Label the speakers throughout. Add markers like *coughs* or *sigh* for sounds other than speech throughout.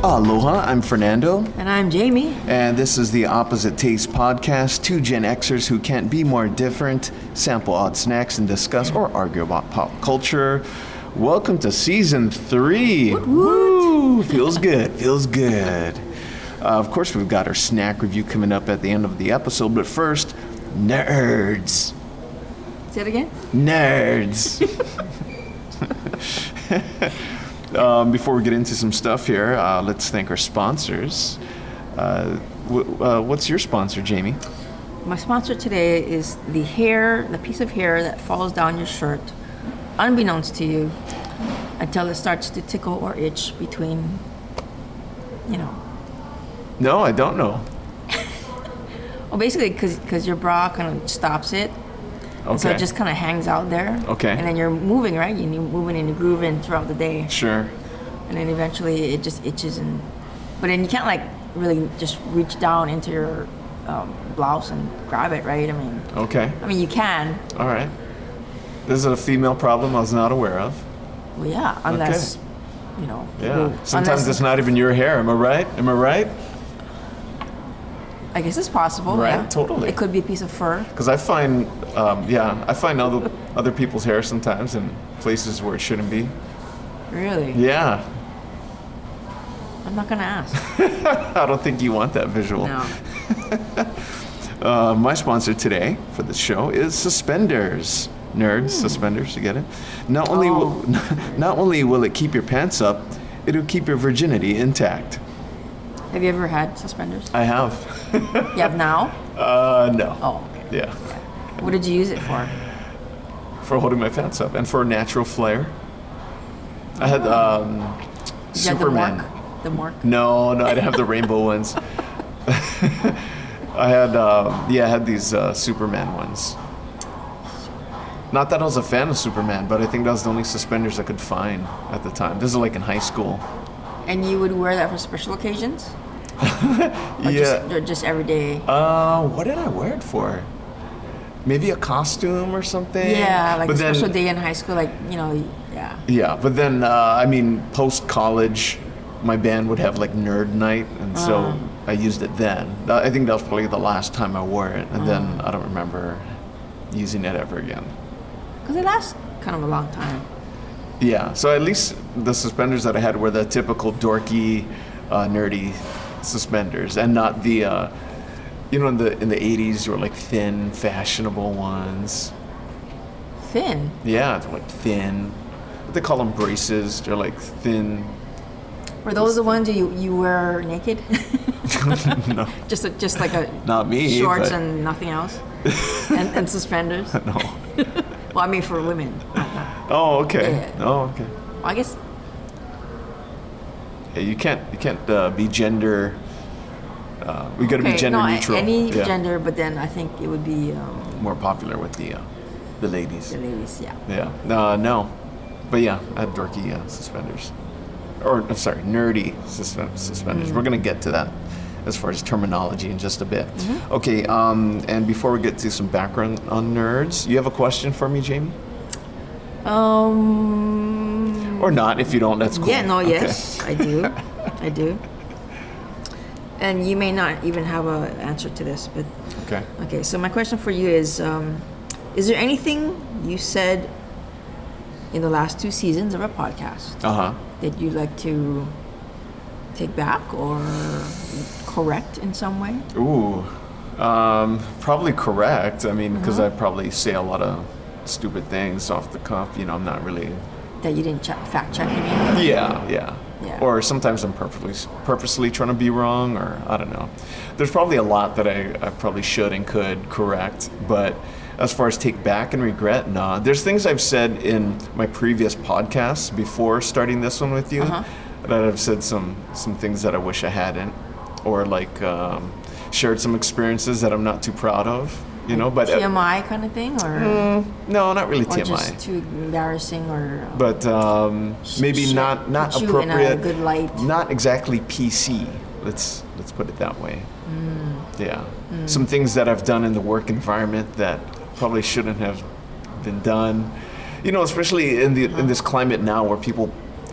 Speaker 1: Aloha, I'm Fernando,
Speaker 2: And I'm Jamie.
Speaker 1: and this is the Opposite Taste podcast. Two Gen Xers who can't be more different sample odd snacks and discuss or argue about pop culture. Welcome to season three. Woo! Feels good, feels good. Uh, of course, we've got our snack review coming up at the end of the episode, but first, nerds.
Speaker 2: Say it again. *laughs*
Speaker 1: Nerds. um, before we get into some stuff here, uh, let's thank our sponsors. Uh, w- uh, what's your sponsor, Jamie?
Speaker 2: My sponsor today is the hair, the piece of hair that falls down your shirt, unbeknownst to you, until it starts to tickle or itch between, you know,
Speaker 1: No, I don't know.
Speaker 2: well, basically because your bra kind of stops it. And so
Speaker 1: Okay.
Speaker 2: it just kind of hangs out there.
Speaker 1: Okay.
Speaker 2: And then you're moving, right? You're moving and you're grooving throughout the day.
Speaker 1: Sure.
Speaker 2: And then eventually it just itches and, but then you can't like really just reach down into your um, blouse and grab it, right? I mean,
Speaker 1: Okay.
Speaker 2: I mean, you can.
Speaker 1: All right. This is a female problem I was not aware of.
Speaker 2: Well, yeah, unless, you know.
Speaker 1: Yeah.
Speaker 2: people-
Speaker 1: Sometimes
Speaker 2: unless-
Speaker 1: it's not even your hair. Am I right? Am I right?
Speaker 2: I guess it's possible.
Speaker 1: Right,
Speaker 2: yeah.
Speaker 1: totally.
Speaker 2: It could be a piece of fur.
Speaker 1: Because I find, um, yeah, I find other other people's hair sometimes in places where it shouldn't be.
Speaker 2: Really?
Speaker 1: Yeah.
Speaker 2: I'm not
Speaker 1: *laughs*
Speaker 2: gonna ask.
Speaker 1: I don't think you want that visual.
Speaker 2: No.
Speaker 1: Uh, my sponsor today for the show is Suspenders. Nerds, suspenders, you get it? Not only, will, *laughs* not only will it keep your pants up, it'll keep your virginity intact.
Speaker 2: Have you ever had suspenders?
Speaker 1: I have.
Speaker 2: You have now?
Speaker 1: Uh, no.
Speaker 2: Oh, okay.
Speaker 1: Yeah.
Speaker 2: What did you use it for?
Speaker 1: For holding my pants up and for a natural flair. I had um,
Speaker 2: Is that
Speaker 1: Superman.
Speaker 2: The mork? The mork?
Speaker 1: No, no, I didn't have the
Speaker 2: *laughs*
Speaker 1: rainbow ones. I had, uh, yeah, I had these uh, Superman ones. Not that I was a fan of Superman, but I think that was the only suspenders I could find at the time. This is like in high school.
Speaker 2: And you would wear that for special occasions? Or
Speaker 1: yeah.
Speaker 2: Just, or just every day?
Speaker 1: Uh, what did I wear it for? Maybe a costume or something.
Speaker 2: yeah, like
Speaker 1: but
Speaker 2: a
Speaker 1: then,
Speaker 2: special day in high school, like, you know, yeah.
Speaker 1: Yeah, but then uh, I mean, post college, my band would have like nerd night, and so I used it then. Tha- I think that was probably the last time I wore it, and then I don't remember using it ever again.
Speaker 2: Because it lasts kind of a long time.
Speaker 1: Yeah, so at least the suspenders that I had were the typical dorky, uh, nerdy suspenders, and not the, uh, you know, in the in the '80s, you were like thin, fashionable ones.
Speaker 2: Thin.
Speaker 1: Yeah, they're like thin. What they call them braces. They're like thin.
Speaker 2: Were those the ones you, you wear naked?
Speaker 1: *laughs* no.
Speaker 2: *laughs* just a, just like a
Speaker 1: Not me,
Speaker 2: shorts
Speaker 1: but-
Speaker 2: and
Speaker 1: *laughs*
Speaker 2: nothing else and, and suspenders
Speaker 1: No.
Speaker 2: *laughs* well i mean for women
Speaker 1: Oh, okay.
Speaker 2: Yeah.
Speaker 1: Oh, okay.
Speaker 2: well, i guess
Speaker 1: Yeah, you can't you can't uh, be gender. Uh, we got to
Speaker 2: okay,
Speaker 1: be gender
Speaker 2: no, a-
Speaker 1: neutral.
Speaker 2: any
Speaker 1: Yeah.
Speaker 2: gender but then i think it would be um,
Speaker 1: More popular with the uh, the ladies.
Speaker 2: the ladies yeah
Speaker 1: Yeah. Uh, no, but yeah, I had dorky uh, suspenders, or I'm sorry, nerdy suspen-
Speaker 2: Mm.
Speaker 1: suspenders. We're gonna get to that as far as terminology in just a bit.
Speaker 2: Mm-hmm.
Speaker 1: Okay. Um, and before we get to some background on nerds, you have a question for me, Jamie,
Speaker 2: um
Speaker 1: or not? If you don't, that's cool.
Speaker 2: yeah no
Speaker 1: Okay.
Speaker 2: yes i do
Speaker 1: *laughs*
Speaker 2: i do and you may not even have a answer to this but
Speaker 1: Okay.
Speaker 2: okay so my question for you is um, is there anything you said in the last two seasons of our podcast
Speaker 1: Uh huh.
Speaker 2: that you'd like to take back or correct in some way?
Speaker 1: Ooh, um, probably correct. I mean, because I probably say a lot of stupid things off the cuff. You know, I'm not really.
Speaker 2: That you didn't check, fact check, you mean?
Speaker 1: Yeah, yeah.
Speaker 2: Yeah.
Speaker 1: Or sometimes I'm purposely purposely trying to be wrong, or I don't know. There's probably a lot that I, I probably should and could correct, but as far as take back and regret, nah. There's things I've said in my previous
Speaker 2: Uh-huh.
Speaker 1: podcasts before starting this one with you that I've said some some things that I wish I hadn't. or like um, shared some experiences that I'm not too proud of. You know, but uh, Mm.
Speaker 2: TMI kind of thing, or,
Speaker 1: no, not really
Speaker 2: or
Speaker 1: TMI.
Speaker 2: just too embarrassing, or uh,
Speaker 1: but um, maybe
Speaker 2: sh-
Speaker 1: not not
Speaker 2: put you in a
Speaker 1: appropriate.
Speaker 2: good light.
Speaker 1: Not exactly PC. Let's let's put it that way.
Speaker 2: Mm.
Speaker 1: Yeah, some things that I've done in the work environment that probably shouldn't have been done. You know, especially in the in this climate now where people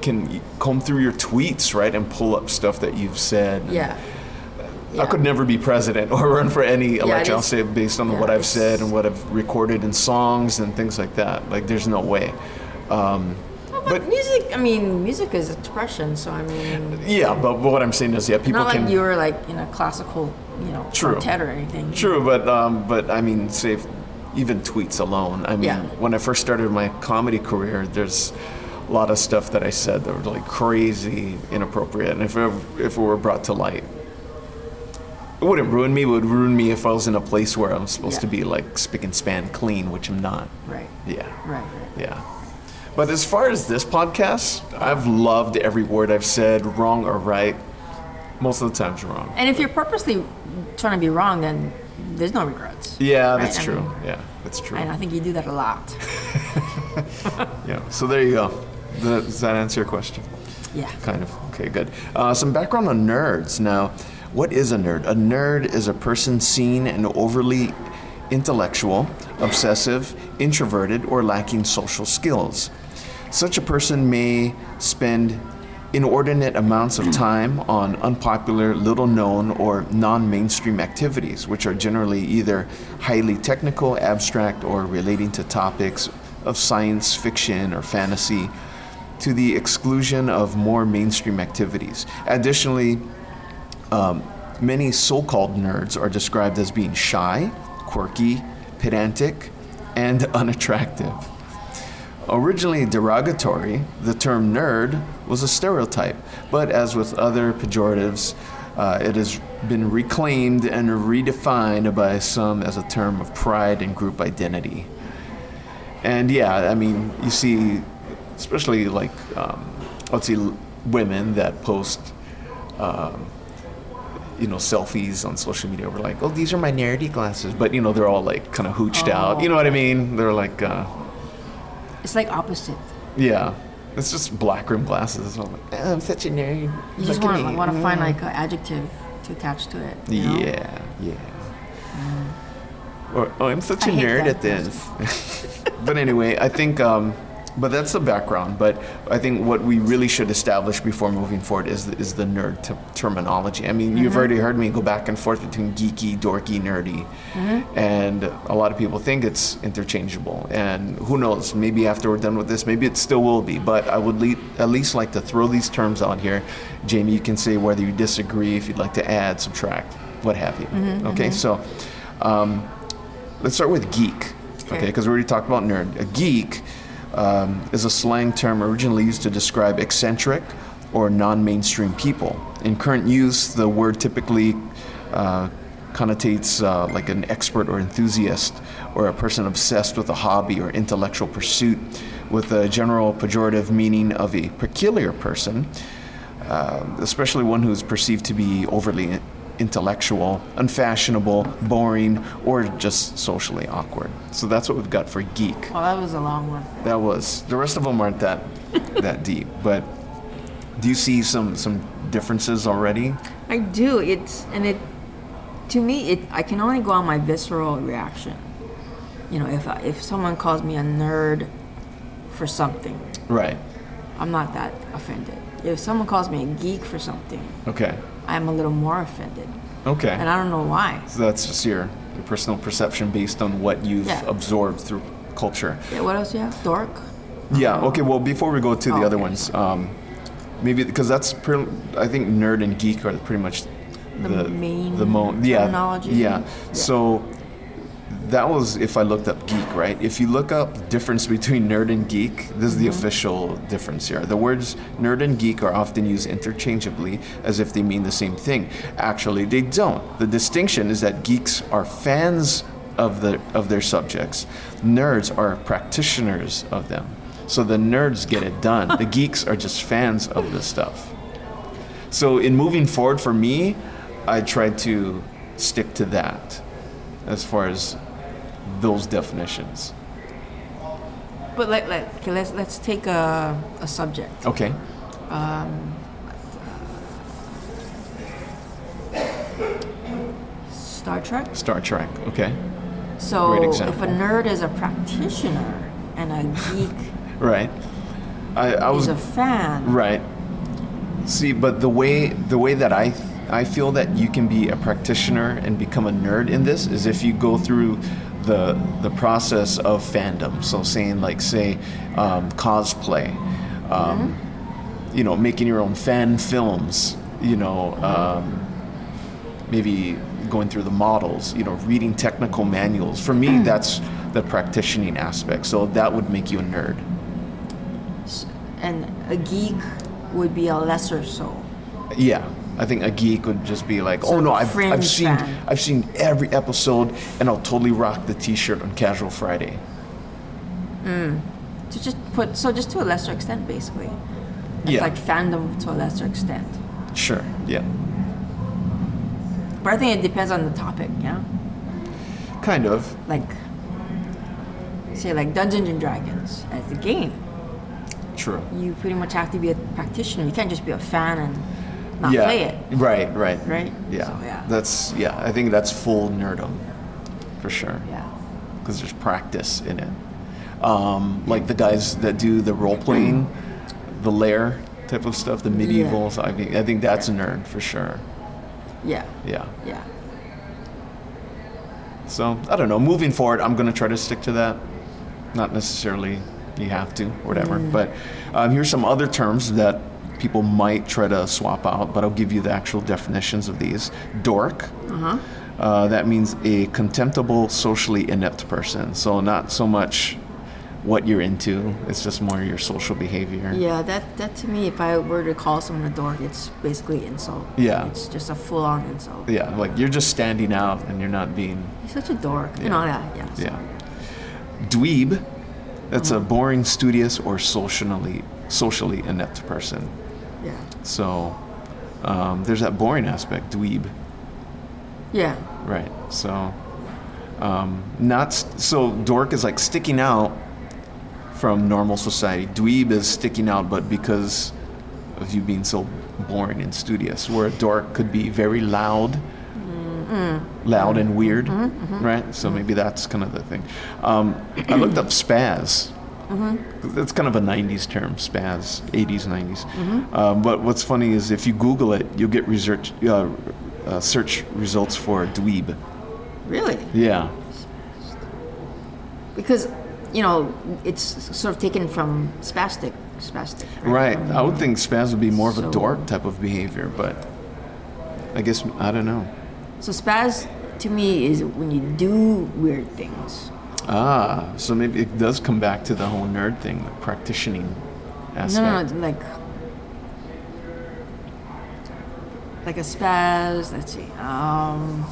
Speaker 1: can y- comb through your tweets, right, and pull up stuff that you've said.
Speaker 2: yeah.
Speaker 1: I could never be president or run for any election. I'll
Speaker 2: is-
Speaker 1: say based on
Speaker 2: yeah,
Speaker 1: what I've
Speaker 2: it's-
Speaker 1: said and what I've recorded in songs and things like that. Like, there's no way. Um, but
Speaker 2: But music, I mean, music is expression, so I mean,
Speaker 1: yeah, but, but what I'm saying is, yeah, people
Speaker 2: not
Speaker 1: can.
Speaker 2: like you were like in a classical, you know,
Speaker 1: True.
Speaker 2: quartet or anything.
Speaker 1: True, but um, but I mean, say if- even tweets alone. I mean,
Speaker 2: Yeah.
Speaker 1: when I first started my comedy career, there's a lot of stuff that I said that were like crazy inappropriate, and if it, if it were brought to light, it wouldn't ruin me. It would ruin me if I was in a place where I'm supposed to
Speaker 2: Yeah.
Speaker 1: be like spick and span clean, which I'm not.
Speaker 2: Right.
Speaker 1: Yeah.
Speaker 2: Right. Right.
Speaker 1: Yeah. But as far as this podcast, I've loved every word I've said, wrong or right. Most of the times wrong.
Speaker 2: And if you're purposely trying to be wrong, then there's no regrets.
Speaker 1: Yeah,
Speaker 2: Right,
Speaker 1: that's
Speaker 2: I
Speaker 1: true.
Speaker 2: mean-
Speaker 1: yeah, that's true.
Speaker 2: And I think you do that a lot.
Speaker 1: Yeah. So there you go. Th- Does that answer your question?
Speaker 2: Yeah.
Speaker 1: Kind of. Okay, good. Uh, some background on nerds. Now, what is a nerd? A nerd is a person seen and overly intellectual, obsessive, introverted, or lacking social skills. Such a person may spend inordinate amounts of time on unpopular, little known, or non mainstream activities, which are generally either highly technical, abstract, or relating to topics of science fiction or fantasy to the exclusion of more mainstream activities. Additionally, um, many so called nerds are described as being shy, quirky, pedantic, and *laughs* unattractive. Originally derogatory, the term nerd was a stereotype, but as with other pejoratives, uh, it has been reclaimed and redefined by some as a term of pride and group identity. And yeah, I mean, you see, especially like, um, let's see, l- women that post, um, you know, selfies on social media. We're like, oh, these are my nerdy glasses, but you know, they're all like kind of hooched out. You know what I mean? They're like, uh,
Speaker 2: It's like opposite.
Speaker 1: yeah, it's just black rim glasses. I'm like, "Oh, I'm such a nerd.
Speaker 2: You
Speaker 1: Look
Speaker 2: just
Speaker 1: at
Speaker 2: want to
Speaker 1: me."
Speaker 2: want to find like an adjective to attach to it. you know?
Speaker 1: Yeah, yeah. Or oh, I'm such a
Speaker 2: I hate
Speaker 1: nerd at
Speaker 2: that.
Speaker 1: this. *laughs* but anyway, I think. Um, but that's the background. But I think what we really should establish before moving forward is the, is the nerd t- terminology. I mean,
Speaker 2: Mm-hmm.
Speaker 1: you've already heard me go back and forth between geeky, dorky, nerdy,
Speaker 2: Mm-hmm.
Speaker 1: and a lot of people think it's interchangeable. And who knows? Maybe after we're done with this, maybe it still will be. But I would le- at least like to throw these terms out here. Jamie, you can say whether you disagree, if you'd like to add, subtract, what have you.
Speaker 2: Mm-hmm,
Speaker 1: okay, so. Um, Let's start with geek,
Speaker 2: Okay.
Speaker 1: okay? Because we already talked about nerd. A geek um, is a slang term originally used to describe eccentric or non-mainstream people. In current use, the word typically uh, connotates uh, like an expert or enthusiast or a person obsessed with a hobby or intellectual pursuit, with a general pejorative meaning of a peculiar person um, especially one who is perceived to be overly intellectual, unfashionable, boring, or just socially awkward. So that's what we've got for geek.
Speaker 2: Well, that was a long one.
Speaker 1: That was the rest of them aren't that *laughs* that deep, but do you see some some differences already?
Speaker 2: I do. It's and it to me it I can only go on my visceral reaction. You know, if I, if someone calls me a nerd for something,
Speaker 1: Right.
Speaker 2: I'm not that offended. If someone calls me a geek for something,
Speaker 1: Okay.
Speaker 2: I'm a little more offended,
Speaker 1: Okay.
Speaker 2: and I don't know why.
Speaker 1: so that's just your your personal perception based on what you've
Speaker 2: Yeah.
Speaker 1: absorbed through culture.
Speaker 2: Yeah, what else you have? Dork.
Speaker 1: Yeah. Okay. Well, before we go to the
Speaker 2: Oh,
Speaker 1: other
Speaker 2: okay.
Speaker 1: ones, um, maybe because that's pretty, I think nerd and geek are pretty much the
Speaker 2: main
Speaker 1: the mo- yeah
Speaker 2: terminology.
Speaker 1: Yeah.
Speaker 2: Yeah.
Speaker 1: So that was if I looked up geek, right? If you look up difference between nerd and geek, this is the official difference here. The words nerd and geek are often used interchangeably as if they mean the same thing. Actually, they don't. The distinction is that geeks are fans of the of their subjects. Nerds are practitioners of them. So the nerds get it done. the geeks are just fans of the stuff. So in moving forward for me, I tried to stick to that as far as those definitions.
Speaker 2: But let, let, okay, let's, let's take a, a subject.
Speaker 1: Okay.
Speaker 2: Star Trek?
Speaker 1: Star Trek. Okay.
Speaker 2: So
Speaker 1: Great
Speaker 2: if
Speaker 1: example.
Speaker 2: a nerd is a practitioner and a geek
Speaker 1: Right. I, I was
Speaker 2: is a fan,
Speaker 1: Right. See, but the way the way that I I feel that you can be a practitioner and become a nerd in this is if you go through the the process of fandom. So saying like say um, cosplay, um, you know, making your own fan films. You know, um, maybe going through the models. You know, reading technical manuals. For me, that's the practicing aspect. So that would make you a nerd.
Speaker 2: and a geek would be a lesser soul.
Speaker 1: Yeah, I think a geek would just be like,
Speaker 2: So
Speaker 1: "Oh no, I've,
Speaker 2: fringe
Speaker 1: I've seen
Speaker 2: fan.
Speaker 1: I've seen every episode, and I'll totally rock the T-shirt on Casual Friday."
Speaker 2: To just put so just to a lesser extent, basically. It's
Speaker 1: Yeah.
Speaker 2: Like fandom to a lesser extent,
Speaker 1: Sure. Yeah.
Speaker 2: but I think it depends on the topic. Yeah,
Speaker 1: Kind of.
Speaker 2: like say like Dungeons and Dragons as a game,
Speaker 1: True.
Speaker 2: you pretty much have to be a practitioner. You can't just be a fan and not
Speaker 1: yeah.
Speaker 2: play it.
Speaker 1: Right. Right.
Speaker 2: Right?
Speaker 1: Yeah.
Speaker 2: So, yeah.
Speaker 1: That's yeah. I think that's full nerdom, for sure.
Speaker 2: Yeah.
Speaker 1: Because there's practice in it. Um, like the guys that do the role playing, the lair type of stuff, the medievals. I mean, I think that's a nerd for sure.
Speaker 2: Yeah.
Speaker 1: Yeah.
Speaker 2: Yeah.
Speaker 1: So I don't know. Moving forward, I'm going to try to stick to that. Not necessarily you have to, whatever. But um, here's some other terms that people might try to swap out, but I'll give you the actual definitions of these. Dork. Uh-huh. that means a contemptible, socially inept person. So not so much what you're into; it's just more your social behavior.
Speaker 2: Yeah, that, that to me, if I were to call someone a dork, it's basically insult.
Speaker 1: Yeah.
Speaker 2: It's just a full on insult.
Speaker 1: Yeah, like you're just standing out and you're not being
Speaker 2: He's such a dork. You know, yeah, yeah. so-
Speaker 1: Yeah. Dweeb. That's a boring, studious, or socially socially inept person.
Speaker 2: Yeah.
Speaker 1: So um, there's that boring aspect, dweeb,
Speaker 2: Yeah.
Speaker 1: right? So um, not s- so dork is like sticking out from normal society. Dweeb is sticking out, but because of you being so boring and studious, where a dork could be very loud, loud and weird, right? So maybe that's kind of the thing. Um, I looked up spaz. That's kind of a '90s term, spaz, '80s, '90s. Um, but what's funny is if you Google it, you'll get research, uh, uh, search results for dweeb.
Speaker 2: Really?
Speaker 1: Yeah,
Speaker 2: Because, you know, it's sort of taken from spastic. Spastic.
Speaker 1: right. I would think spaz would be more of a
Speaker 2: So-
Speaker 1: dork type of behavior, but I guess I don't know.
Speaker 2: So spaz to me is when you do weird things.
Speaker 1: Ah, so maybe it does come back to the whole nerd thing, the practicing
Speaker 2: No, no,
Speaker 1: aspect.
Speaker 2: no, like. Like a spaz, let's see. Um,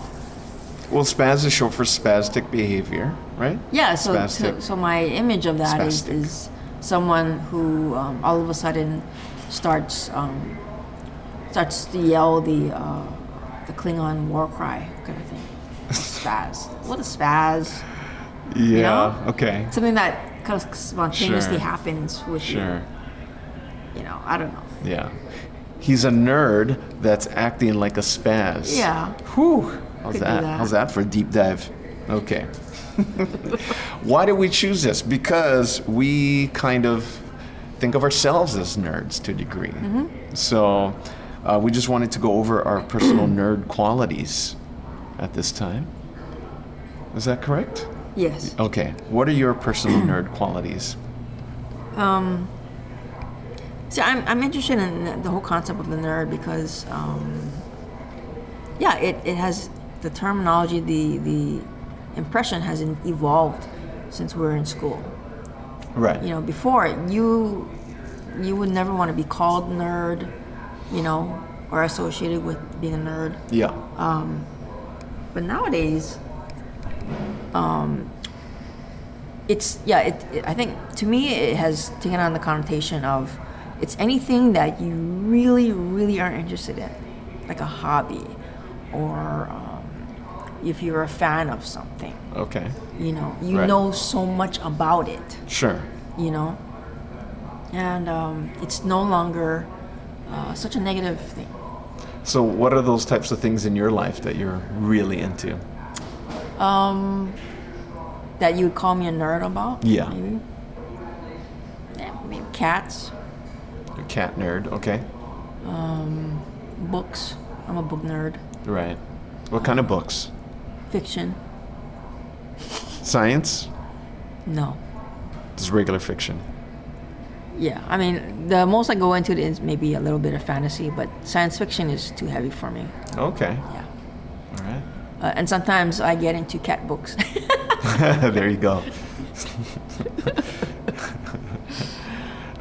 Speaker 1: Well, spaz is short for spastic behavior, right?
Speaker 2: Yeah, so, so,
Speaker 1: Spastic.
Speaker 2: so my image of that is,
Speaker 1: Spastic.
Speaker 2: is someone who um, all of a sudden starts um, starts to yell the uh, the Klingon war cry kind of thing. Spaz. what a spaz!
Speaker 1: Yeah.
Speaker 2: know?
Speaker 1: Okay.
Speaker 2: Something that kind of spontaneously
Speaker 1: Sure.
Speaker 2: happens with
Speaker 1: Sure.
Speaker 2: you. You know, I don't know.
Speaker 1: Yeah. He's a nerd that's acting like a spaz.
Speaker 2: Yeah,
Speaker 1: Whew. How's
Speaker 2: Could do
Speaker 1: that?
Speaker 2: that.
Speaker 1: How's that for a deep dive? Okay. *laughs* Why did we choose this? Because we kind of think of ourselves as nerds to a degree.
Speaker 2: Mm-hmm.
Speaker 1: So uh, we just wanted to go over our
Speaker 2: *clears throat*
Speaker 1: personal nerd qualities at this time. Is that correct?
Speaker 2: yes.
Speaker 1: Okay. What are your
Speaker 2: *clears throat*
Speaker 1: personal nerd qualities?
Speaker 2: See, I'm, I'm interested in the whole concept of the nerd because, um, yeah, it, it has the terminology, the, the impression has en- evolved since we were in school.
Speaker 1: Right.
Speaker 2: You know, before you you would never want to be called nerd, you know, or associated with being a nerd.
Speaker 1: Yeah.
Speaker 2: But nowadays, um, it's yeah. It, it- I think to me it has taken on the connotation of it's anything that you really, really are interested in, like a hobby or um, if you're a fan of something.
Speaker 1: Okay.
Speaker 2: You know, you
Speaker 1: Right.
Speaker 2: know so much about it.
Speaker 1: Sure.
Speaker 2: You know, and um, it's no longer uh, such a negative thing.
Speaker 1: So, what are those types of things in your life that you're really into?
Speaker 2: Um, that you would call me a nerd about?
Speaker 1: Yeah.
Speaker 2: Maybe. Yeah, maybe cats,
Speaker 1: You're a cat nerd, okay?
Speaker 2: books. I'm a book nerd.
Speaker 1: Right. What kind of books?
Speaker 2: Fiction?
Speaker 1: Science?
Speaker 2: No.
Speaker 1: Just regular fiction.
Speaker 2: Yeah, I mean, the most I go into is maybe a little bit of fantasy, but science fiction is too heavy for me.
Speaker 1: Okay.
Speaker 2: Yeah.
Speaker 1: All right.
Speaker 2: Uh, and sometimes I get into cat books. *laughs*
Speaker 1: *laughs* there you go.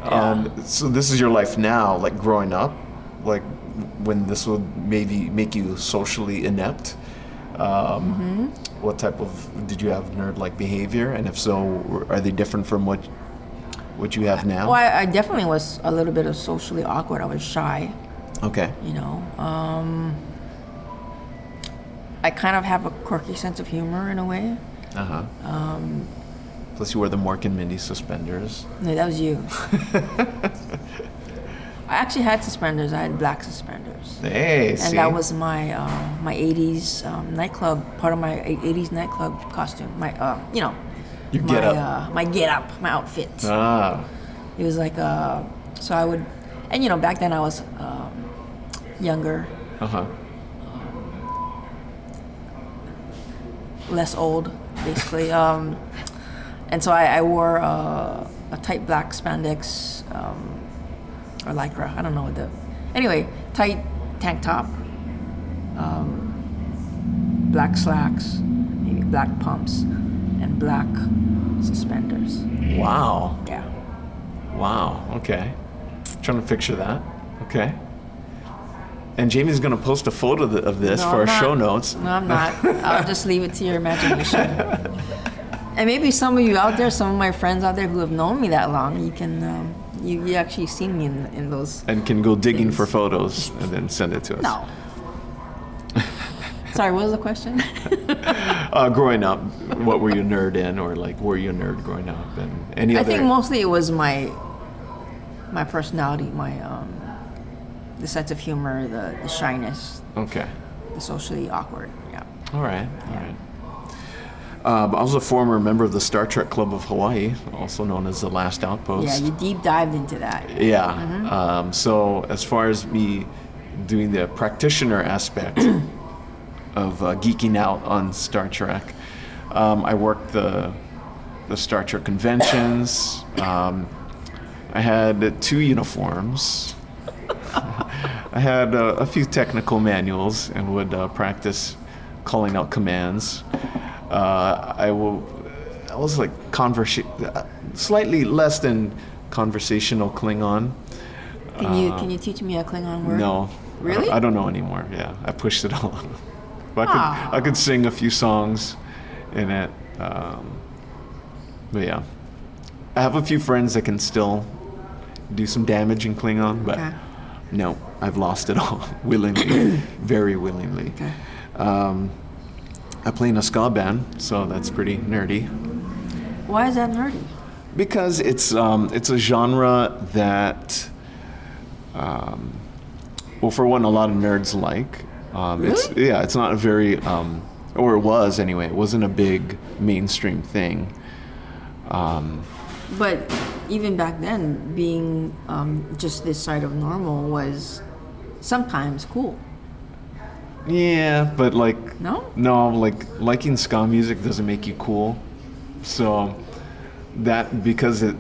Speaker 1: um, so, this is your life now, like growing up, like when this would maybe make you socially inept. Um, What type of did you have nerd like behavior? And if so, were- are they different from what what you have now?
Speaker 2: well, I, I definitely was a little bit of socially awkward. I was shy,
Speaker 1: Okay.
Speaker 2: you know. Um, I kind of have a quirky sense of humor in a way.
Speaker 1: Uh huh. Um, Plus, you wear the Mork and Mindy suspenders.
Speaker 2: No, that was you. *laughs* I actually had suspenders. I had black suspenders,
Speaker 1: Hey,
Speaker 2: and
Speaker 1: see?
Speaker 2: that was my uh, my '80s um, nightclub part of my '80s nightclub costume. My uh, you know,
Speaker 1: Your
Speaker 2: my
Speaker 1: get-up.
Speaker 2: Uh, my get up, my outfit.
Speaker 1: ah.
Speaker 2: It was like uh, so I would, and you know, back then I was um, younger,
Speaker 1: Uh huh.
Speaker 2: less old, basically. um, and so I, I wore uh, a tight black spandex um, or lycra. I don't know what the. Anyway, tight tank top, um, black slacks, maybe black pumps, and black suspenders.
Speaker 1: Wow.
Speaker 2: Yeah.
Speaker 1: Wow. Okay. Trying to picture that. Okay. And Jamie's gonna post a photo th- of this
Speaker 2: No,
Speaker 1: for our
Speaker 2: I'm
Speaker 1: show
Speaker 2: not.
Speaker 1: notes.
Speaker 2: No, I'm not. I'll just leave it to your imagination.
Speaker 1: *laughs*
Speaker 2: and maybe some of you out there, some of my friends out there who have known me that long, you can, um, you, you actually seen me in, in those.
Speaker 1: And can go digging for photos and then send it to us. *laughs*
Speaker 2: No. Sorry, what was the question?
Speaker 1: Uh, growing up, what were you a nerd in, or like were you a nerd growing up, and any
Speaker 2: I
Speaker 1: other?
Speaker 2: think mostly it was my, my personality, my, um, the sense of humor, the, the shyness,
Speaker 1: okay.
Speaker 2: the socially awkward. Yeah.
Speaker 1: All right. All right. Um, I was a former member of the Star Trek Club of Hawaii, also known as the Last Outpost.
Speaker 2: Yeah, you deep dived into that.
Speaker 1: Yeah. Um, so as far as me doing the practitioner aspect of uh, geeking out on Star Trek, um, I worked the the Star Trek conventions. Um, I had two uniforms. I had uh, a few technical manuals and would uh, practice calling out commands. Uh, I will. I was like conversa- uh, slightly less than conversational Klingon.
Speaker 2: Can you, can you teach me a Klingon word?
Speaker 1: Uh, No, I
Speaker 2: Really?
Speaker 1: don't, I don't know anymore. Yeah, I pushed it *laughs* all. but I
Speaker 2: Aw.
Speaker 1: could I could sing a few songs in it. Um, but yeah, I have a few friends that can still do some damage in Klingon, but
Speaker 2: Okay.
Speaker 1: no, I've lost it all *laughs* willingly,
Speaker 2: *coughs*
Speaker 1: very willingly.
Speaker 2: Okay.
Speaker 1: Um, I play in a ska band, so that's pretty nerdy.
Speaker 2: Why is that nerdy?
Speaker 1: Because it's um, it's a genre that, um, well, for one, a lot of nerds like. Um, It's
Speaker 2: Really?
Speaker 1: yeah, it's not a very, um, or it was anyway. It wasn't a big mainstream thing. Um,
Speaker 2: But even back then, being um, just this side of normal was sometimes cool.
Speaker 1: yeah, but like
Speaker 2: No?
Speaker 1: no, like liking ska music doesn't make you cool. So that because it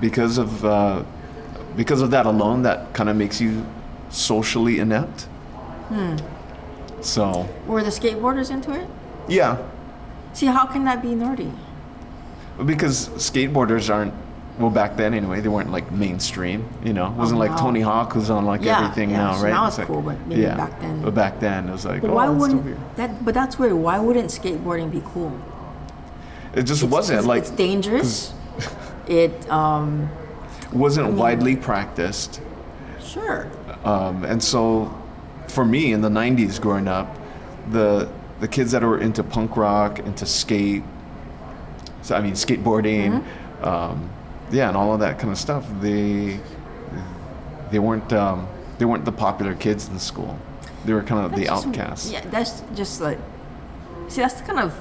Speaker 1: because of uh, because of that alone, that kind of makes you socially inept. So
Speaker 2: Were the skateboarders into it?
Speaker 1: yeah,
Speaker 2: See, how can that be nerdy?
Speaker 1: because skateboarders aren't well back then anyway. They weren't like mainstream. You know, it wasn't like
Speaker 2: Oh, no.
Speaker 1: Tony Hawk who's on like
Speaker 2: Yeah,
Speaker 1: everything
Speaker 2: yeah,
Speaker 1: now,
Speaker 2: so
Speaker 1: right?
Speaker 2: now it's
Speaker 1: like,
Speaker 2: cool, but maybe back then-
Speaker 1: But back then it was like,
Speaker 2: But
Speaker 1: oh,
Speaker 2: why
Speaker 1: that's
Speaker 2: wouldn't
Speaker 1: weird.
Speaker 2: that? But that's weird. Why wouldn't skateboarding be cool?
Speaker 1: It just wasn't
Speaker 2: it's,
Speaker 1: like
Speaker 2: it's
Speaker 1: *laughs*
Speaker 2: dangerous. it um,
Speaker 1: wasn't widely practiced.
Speaker 2: sure.
Speaker 1: Um, and so, for me in the 90s growing up, the the kids that were into punk rock, into skate, so I mean skateboarding,
Speaker 2: Mm-hmm.
Speaker 1: um, yeah, and all of that kind of stuff. They they weren't um, they weren't the popular kids in the school. They were kind of the
Speaker 2: That's just-
Speaker 1: outcasts.
Speaker 2: Yeah, that's just like, see, that's the kind of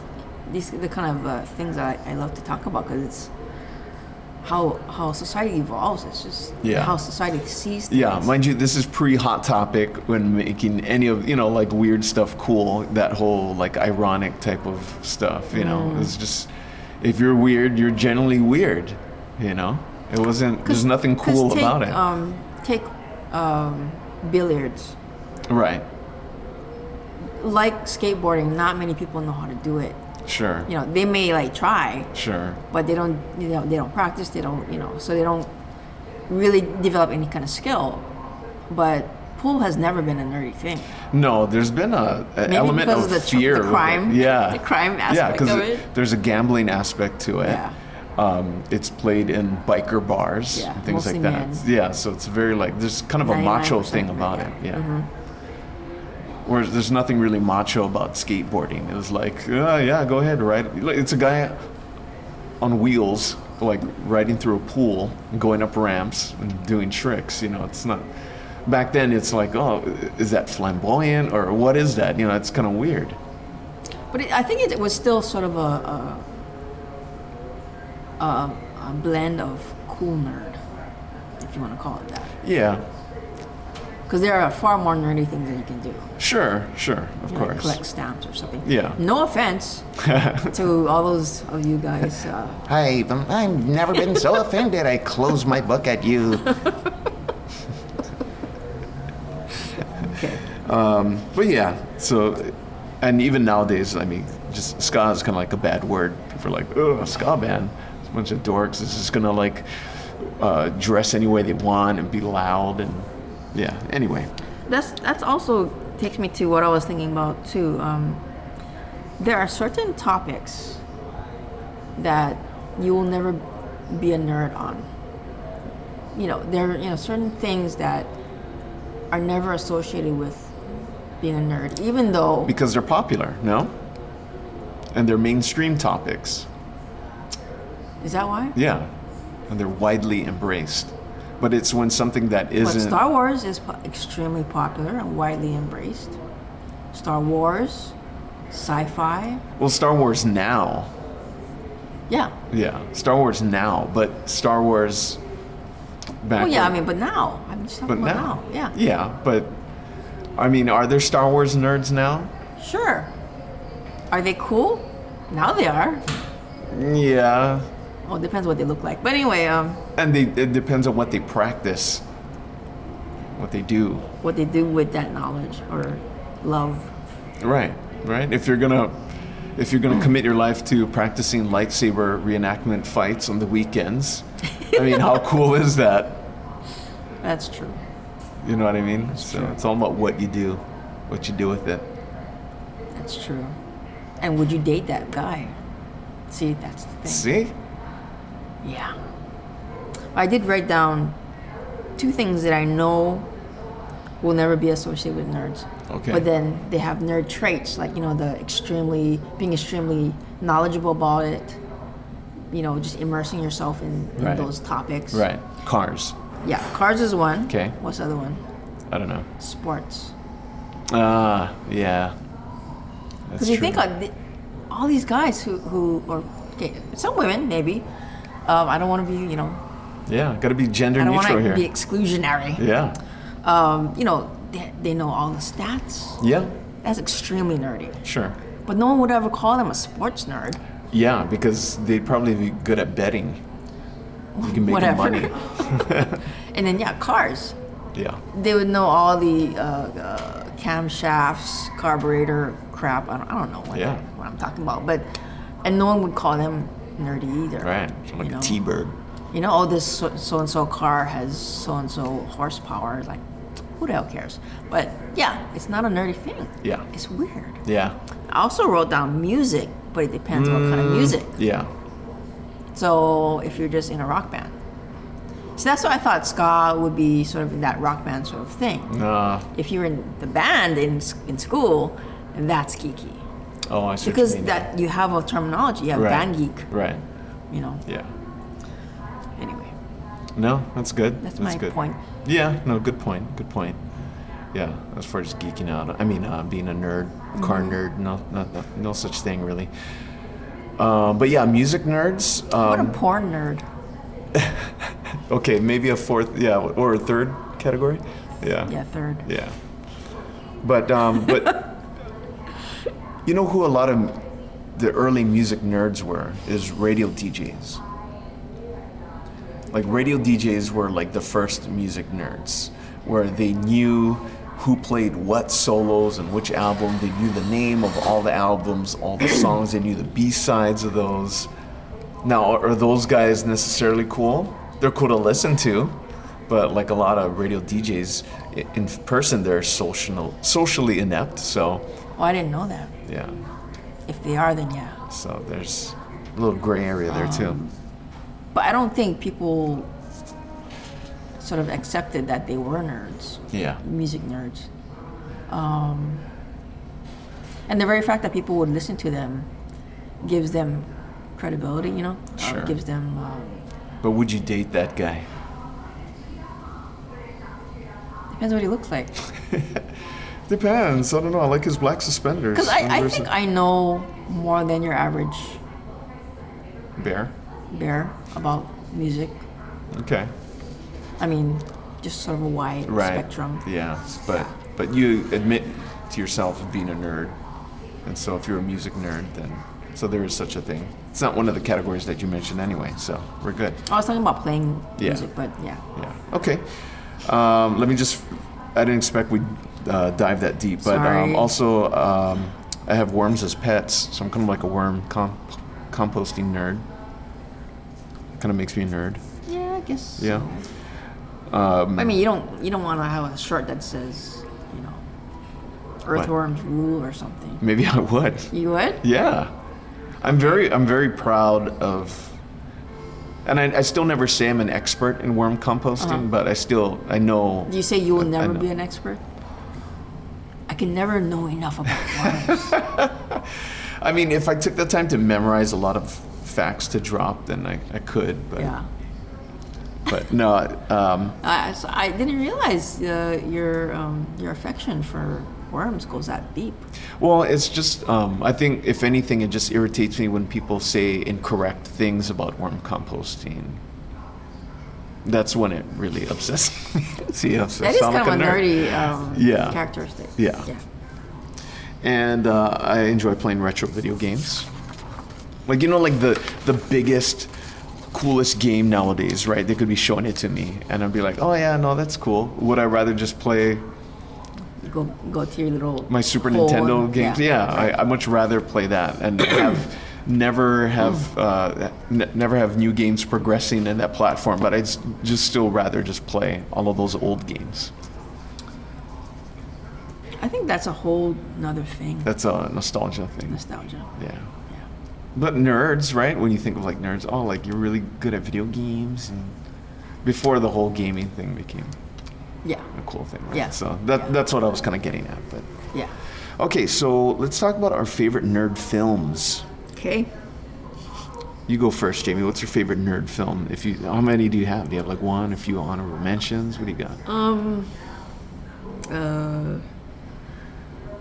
Speaker 2: these the kind of uh, things I, I love to talk about because it's how how society evolves. It's just
Speaker 1: Yeah.
Speaker 2: how society sees things.
Speaker 1: Yeah, mind you, this is pre-hot topic when making any of you know like weird stuff cool. That whole like ironic type of stuff, you know, it's just if you're weird, you're generally weird, you know. It wasn't. There's nothing
Speaker 2: 'Cause
Speaker 1: cool
Speaker 2: take,
Speaker 1: about it,
Speaker 2: Um, take um, billiards.
Speaker 1: right?
Speaker 2: Like skateboarding, not many people know how to do it.
Speaker 1: Sure,
Speaker 2: You know, they may like try,
Speaker 1: sure.
Speaker 2: but they don't. You know, they don't practice. They don't. You know, so they don't really develop any kind of skill. But pool has never been a nerdy thing.
Speaker 1: No, there's been a, a
Speaker 2: Maybe
Speaker 1: element
Speaker 2: because
Speaker 1: of
Speaker 2: of the tr- the
Speaker 1: fear. with it.
Speaker 2: crime-
Speaker 1: yeah,
Speaker 2: the crime
Speaker 1: Yeah,
Speaker 2: aspect
Speaker 1: 'cause
Speaker 2: of
Speaker 1: it-
Speaker 2: it.
Speaker 1: there's a gambling aspect to it.
Speaker 2: Yeah.
Speaker 1: Um, it's played in biker bars
Speaker 2: Yeah,
Speaker 1: and things like
Speaker 2: mostly
Speaker 1: that.
Speaker 2: men.
Speaker 1: Yeah, so it's very like there's kind of a macho
Speaker 2: 99%
Speaker 1: thing
Speaker 2: men,
Speaker 1: about
Speaker 2: yeah. Mm-hmm.
Speaker 1: it. Yeah. Whereas there's nothing really macho about skateboarding. It was like, oh, yeah, go ahead, ride. Like, It's a guy on wheels, like riding through a pool, going up ramps, and doing tricks. You know, it's not. Back then, it's like, oh, is that flamboyant or what is that? You know, it's kind of weird.
Speaker 2: But it, I think it was still sort of a, a, a, a blend of cool nerd, if you want to call it that.
Speaker 1: Yeah,
Speaker 2: Because there are far more nerdy things that you can do,
Speaker 1: sure, sure, of
Speaker 2: like
Speaker 1: course.
Speaker 2: collect stamps or something.
Speaker 1: Yeah.
Speaker 2: No
Speaker 1: *laughs*
Speaker 2: offense to all those of you guys. Uh,
Speaker 3: Hi, um, I've never been so offended. I close my book at you.
Speaker 1: But yeah, so, and even nowadays, I mean, just ska is kind of like a bad word. People are like, oh, a ska band. It's a bunch of dorks. It's just gonna like uh, dress any way they want and be loud and yeah. Anyway,
Speaker 2: that's that's also takes me to what I was thinking about too. Um, there are certain topics that you will never be a nerd on. You know, there are you know certain things that are never associated with being a nerd, even though
Speaker 1: because they're popular, no? And they're mainstream topics.
Speaker 2: is that why?
Speaker 1: Yeah, and they're widely embraced. But it's when something that
Speaker 2: But
Speaker 1: isn't.
Speaker 2: Star Wars is po- extremely popular and widely embraced. Star Wars, sci-fi,
Speaker 1: well, Star Wars now.
Speaker 2: yeah.
Speaker 1: Yeah, Star Wars now, but Star Wars back.
Speaker 2: Oh yeah, I
Speaker 1: when-
Speaker 2: mean, but now I'm just
Speaker 1: But
Speaker 2: talking
Speaker 1: now,
Speaker 2: about now. Yeah.
Speaker 1: yeah, but I mean, are there Star Wars nerds now?
Speaker 2: Sure. Are they cool? Now they are.
Speaker 1: Yeah,
Speaker 2: Well, it depends what they look like. But anyway, um,
Speaker 1: and they, it depends on what they practice, what they do.
Speaker 2: what they do with that knowledge or love.
Speaker 1: Right, right. If you're gonna, if you're gonna commit your life to practicing lightsaber reenactment fights on the weekends, I mean,
Speaker 2: *laughs*
Speaker 1: how cool is that?
Speaker 2: That's true.
Speaker 1: You know what I mean? so it's all about what you do, what you do with it.
Speaker 2: That's true. And would you date that guy? See, that's the thing.
Speaker 1: See?
Speaker 2: Yeah. I did write down two things that I know will never be associated with nerds.
Speaker 1: Okay.
Speaker 2: But then they have nerd traits, like, you know, the extremely, being extremely knowledgeable about it, you know, just immersing yourself in, in
Speaker 1: Right.
Speaker 2: those topics.
Speaker 1: Right. Cars.
Speaker 2: Yeah, cars is one.
Speaker 1: Okay.
Speaker 2: What's the other one?
Speaker 1: I don't know.
Speaker 2: Sports.
Speaker 1: Ah, yeah. That's
Speaker 2: Because you think like the, all these guys who, who or okay, some women maybe. Um, I don't want to be, you know,
Speaker 1: yeah, got to be gender
Speaker 2: I don't want
Speaker 1: neutral here.
Speaker 2: to be exclusionary.
Speaker 1: yeah.
Speaker 2: Um, you know, they, they know all the stats.
Speaker 1: Yeah.
Speaker 2: That's extremely nerdy.
Speaker 1: Sure.
Speaker 2: But no one would ever call them a sports nerd.
Speaker 1: Yeah, because they'd probably be good at betting. You can make
Speaker 2: Whatever. *laughs*
Speaker 1: money. *laughs*
Speaker 2: And then yeah, cars.
Speaker 1: Yeah.
Speaker 2: They would know all the uh, uh, camshafts, carburetor crap. I don't, I don't know what,
Speaker 1: Yeah.
Speaker 2: what I'm talking about, but and no one would call them nerdy either.
Speaker 1: Right.
Speaker 2: you
Speaker 1: Like
Speaker 2: know?
Speaker 1: a T-bird.
Speaker 2: you know, oh, this so and so car has so and so horsepower. Like, who the hell cares? But yeah, it's not a nerdy thing.
Speaker 1: Yeah.
Speaker 2: It's weird.
Speaker 1: Yeah.
Speaker 2: I also wrote down music, but it depends what kind of
Speaker 1: Mm.
Speaker 2: music.
Speaker 1: Yeah.
Speaker 2: So if you're just in a rock band. So that's why I thought ska would be sort of in that rock band sort of thing.
Speaker 1: Uh,
Speaker 2: If you're in the band in, s- in school, That's geeky.
Speaker 1: Oh, I see. what you
Speaker 2: Because
Speaker 1: mean now.
Speaker 2: that you have a terminology, you have
Speaker 1: Right.
Speaker 2: band geek,
Speaker 1: Right.
Speaker 2: you know.
Speaker 1: Yeah.
Speaker 2: Anyway,
Speaker 1: No, that's good.
Speaker 2: that's,
Speaker 1: That's,
Speaker 2: my
Speaker 1: good.
Speaker 2: point.
Speaker 1: Yeah. No, good point. Good point. Yeah. As far as geeking out, I mean, uh, being a nerd, car
Speaker 2: Mm-hmm.
Speaker 1: nerd, no, no, no, no such thing really. Uh, but yeah, music nerds.
Speaker 2: What a
Speaker 1: Um,
Speaker 2: porn nerd.
Speaker 1: okay, maybe a fourth, yeah, or a third category. Yeah.
Speaker 2: Yeah, third.
Speaker 1: Yeah. But um, but you know who a lot of the early music nerds were is radio DJs. Like radio DJs were like the first music nerds, where they knew who played what solos and which album. They knew the name of all the albums, all the songs. They knew the B sides of those. Now, are those guys necessarily cool? They're cool to listen to, but like a lot of radio DJs i- in person, they're social, socially inept. So,
Speaker 2: Oh, I didn't know that.
Speaker 1: yeah.
Speaker 2: If they are, then yeah.
Speaker 1: So there's a little gray area there too.
Speaker 2: But I don't think people sort of accepted that they were nerds,
Speaker 1: Yeah.
Speaker 2: music nerds. Um, and the very fact that people would listen to them gives them credibility, you know? Uh,
Speaker 1: Sure.
Speaker 2: gives them. Um,
Speaker 1: But would you date that guy?
Speaker 2: depends what he looks like.
Speaker 1: Depends. I don't know. I like his black suspenders.
Speaker 2: Because I, I think I know more than your average
Speaker 1: bear.
Speaker 2: bear about music.
Speaker 1: Okay.
Speaker 2: I mean, just sort of a wide
Speaker 1: Right.
Speaker 2: spectrum.
Speaker 1: Yeah. But but you admit to yourself of being a nerd, and so if you're a music nerd, then so there is such a thing. It's not one of the categories that you mentioned anyway. So we're good.
Speaker 2: I was talking about playing
Speaker 1: Yeah.
Speaker 2: music, but yeah.
Speaker 1: Yeah. Okay. Um, let me just. I didn't expect we'd uh, dive that deep, but um,
Speaker 2: Sorry.
Speaker 1: also um, I have worms as pets, so I'm kind of like a worm comp- composting nerd. Kind of makes me a nerd.
Speaker 2: Yeah, I guess.
Speaker 1: Yeah.
Speaker 2: I mean, you don't you don't want to have a shirt that says, you know, earthworms rule or something.
Speaker 1: Maybe I would.
Speaker 2: You would?
Speaker 1: Yeah. I'm very I'm very proud of and I, I still never say I'm an expert in worm composting, but I still I know
Speaker 2: Uh-huh. You say you will
Speaker 1: I
Speaker 2: never
Speaker 1: know.
Speaker 2: be an expert. I can never know enough about worms.
Speaker 1: *laughs* I mean, if I took the time to memorize a lot of facts to drop, then I, I could. But,
Speaker 2: yeah.
Speaker 1: but no, um,
Speaker 2: I, I s- I didn't realize uh, your um, your affection for worms goes that deep.
Speaker 1: well, it's just, um, I think, if anything, it just irritates me when people say incorrect things about worm composting. That's when it really upsets *laughs* me. See, I s-
Speaker 2: That is
Speaker 1: sound
Speaker 2: kind
Speaker 1: like
Speaker 2: of a
Speaker 1: nerd.
Speaker 2: nerdy um,
Speaker 1: Yeah.
Speaker 2: characteristic.
Speaker 1: Yeah.
Speaker 2: yeah.
Speaker 1: and uh, I enjoy playing retro video games. Like you know, like the the biggest, coolest game nowadays, right? They could be showing it to me, and I'd be like, "Oh yeah, no, that's cool." Would I rather just play
Speaker 2: You go go to your little
Speaker 1: my Super
Speaker 2: hole
Speaker 1: Nintendo
Speaker 2: and-
Speaker 1: games? Yeah, I, I much rather play that and have never have uh, n- never have new games progressing in that platform. But I'd s- just still rather just play all of those old games.
Speaker 2: I think that's a whole nother thing.
Speaker 1: That's a nostalgia thing.
Speaker 2: nostalgia.
Speaker 1: Yeah.
Speaker 2: Yeah.
Speaker 1: But nerds, right? When you think of like nerds, oh, like you're really good at video games, and before the whole gaming thing became
Speaker 2: Yeah.
Speaker 1: a cool thing, right?
Speaker 2: Yeah.
Speaker 1: So that
Speaker 2: Yeah.
Speaker 1: that's what I was kind of getting at. But
Speaker 2: Yeah.
Speaker 1: okay, so let's talk about our favorite nerd films.
Speaker 2: Okay.
Speaker 1: You go first, Jamie. What's your favorite nerd film? If you, how many do you have? Do you have like one? A few honorable mentions? What do you got?
Speaker 2: Um, Uh,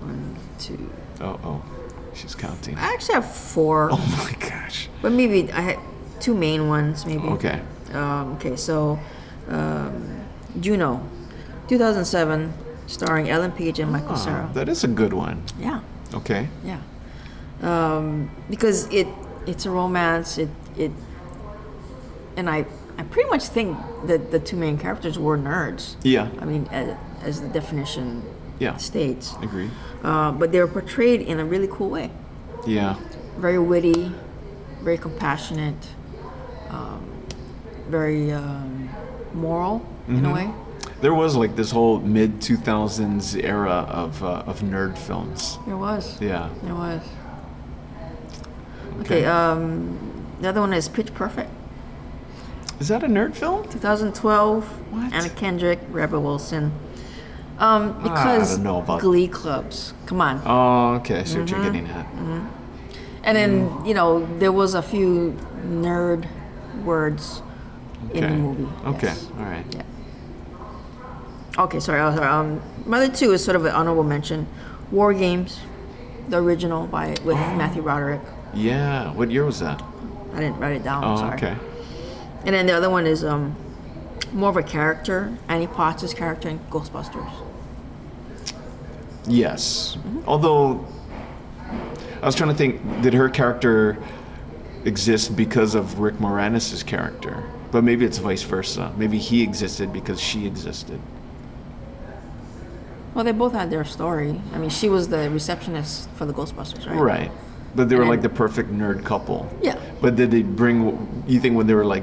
Speaker 2: one, two.
Speaker 1: oh, oh, she's counting.
Speaker 2: I actually have four,
Speaker 1: Oh my gosh.
Speaker 2: but maybe I had two main ones, maybe.
Speaker 1: Okay.
Speaker 2: Um, okay, so um, Juno, 2007, starring Ellen Page and
Speaker 1: Ah.
Speaker 2: Michael Cera.
Speaker 1: That is a good one.
Speaker 2: Yeah,
Speaker 1: Okay.
Speaker 2: yeah. Um, because it it's a romance. It it, and I I pretty much think that the two main characters were nerds.
Speaker 1: Yeah.
Speaker 2: I mean, as, as the definition
Speaker 1: Yeah.
Speaker 2: states.
Speaker 1: Agreed.
Speaker 2: uh, but they were portrayed in a really cool way.
Speaker 1: Yeah.
Speaker 2: Very witty, very compassionate, um, very um, moral in
Speaker 1: Mm-hmm.
Speaker 2: a way.
Speaker 1: There was like this whole mid 2000s era of, uh, of nerd films.
Speaker 2: There was.
Speaker 1: Yeah.
Speaker 2: There was. Okay. Um, the other one is Pitch Perfect,
Speaker 1: Is that a nerd film?
Speaker 2: 2012.
Speaker 1: What? Ah,
Speaker 2: Anna Kendrick, Rebel Wilson. Um, because
Speaker 1: don't know about-
Speaker 2: glee clubs. Come on.
Speaker 1: Oh, okay. I see what you're
Speaker 2: Mm-hmm.
Speaker 1: getting at.
Speaker 2: And then,
Speaker 1: Mm.
Speaker 2: you know, there was a few nerd words in
Speaker 1: Okay.
Speaker 2: the movie.
Speaker 1: Okay.
Speaker 2: yes.
Speaker 1: All right.
Speaker 2: Yeah. Okay, sorry. I was- Um, Mother 2 is sort of an honorable mention. War Games, the original by with
Speaker 1: Oh.
Speaker 2: Matthew Roderick.
Speaker 1: Yeah. What year was that?
Speaker 2: I didn't write it down.
Speaker 1: Oh,
Speaker 2: sorry.
Speaker 1: okay.
Speaker 2: And then the other one is um, more of a character, Annie Potts' character in Ghostbusters.
Speaker 1: Yes.
Speaker 2: Mm-hmm.
Speaker 1: Although I was trying to think, did her character exist because of Rick Moranis' character? But maybe it's vice versa. Maybe he existed because she existed.
Speaker 2: Well, they both had their story. I mean, she was the receptionist for the Ghostbusters, right?
Speaker 1: Right. But they were
Speaker 2: And-
Speaker 1: like the perfect nerd couple.
Speaker 2: Yeah.
Speaker 1: But did they bring? You think when they were like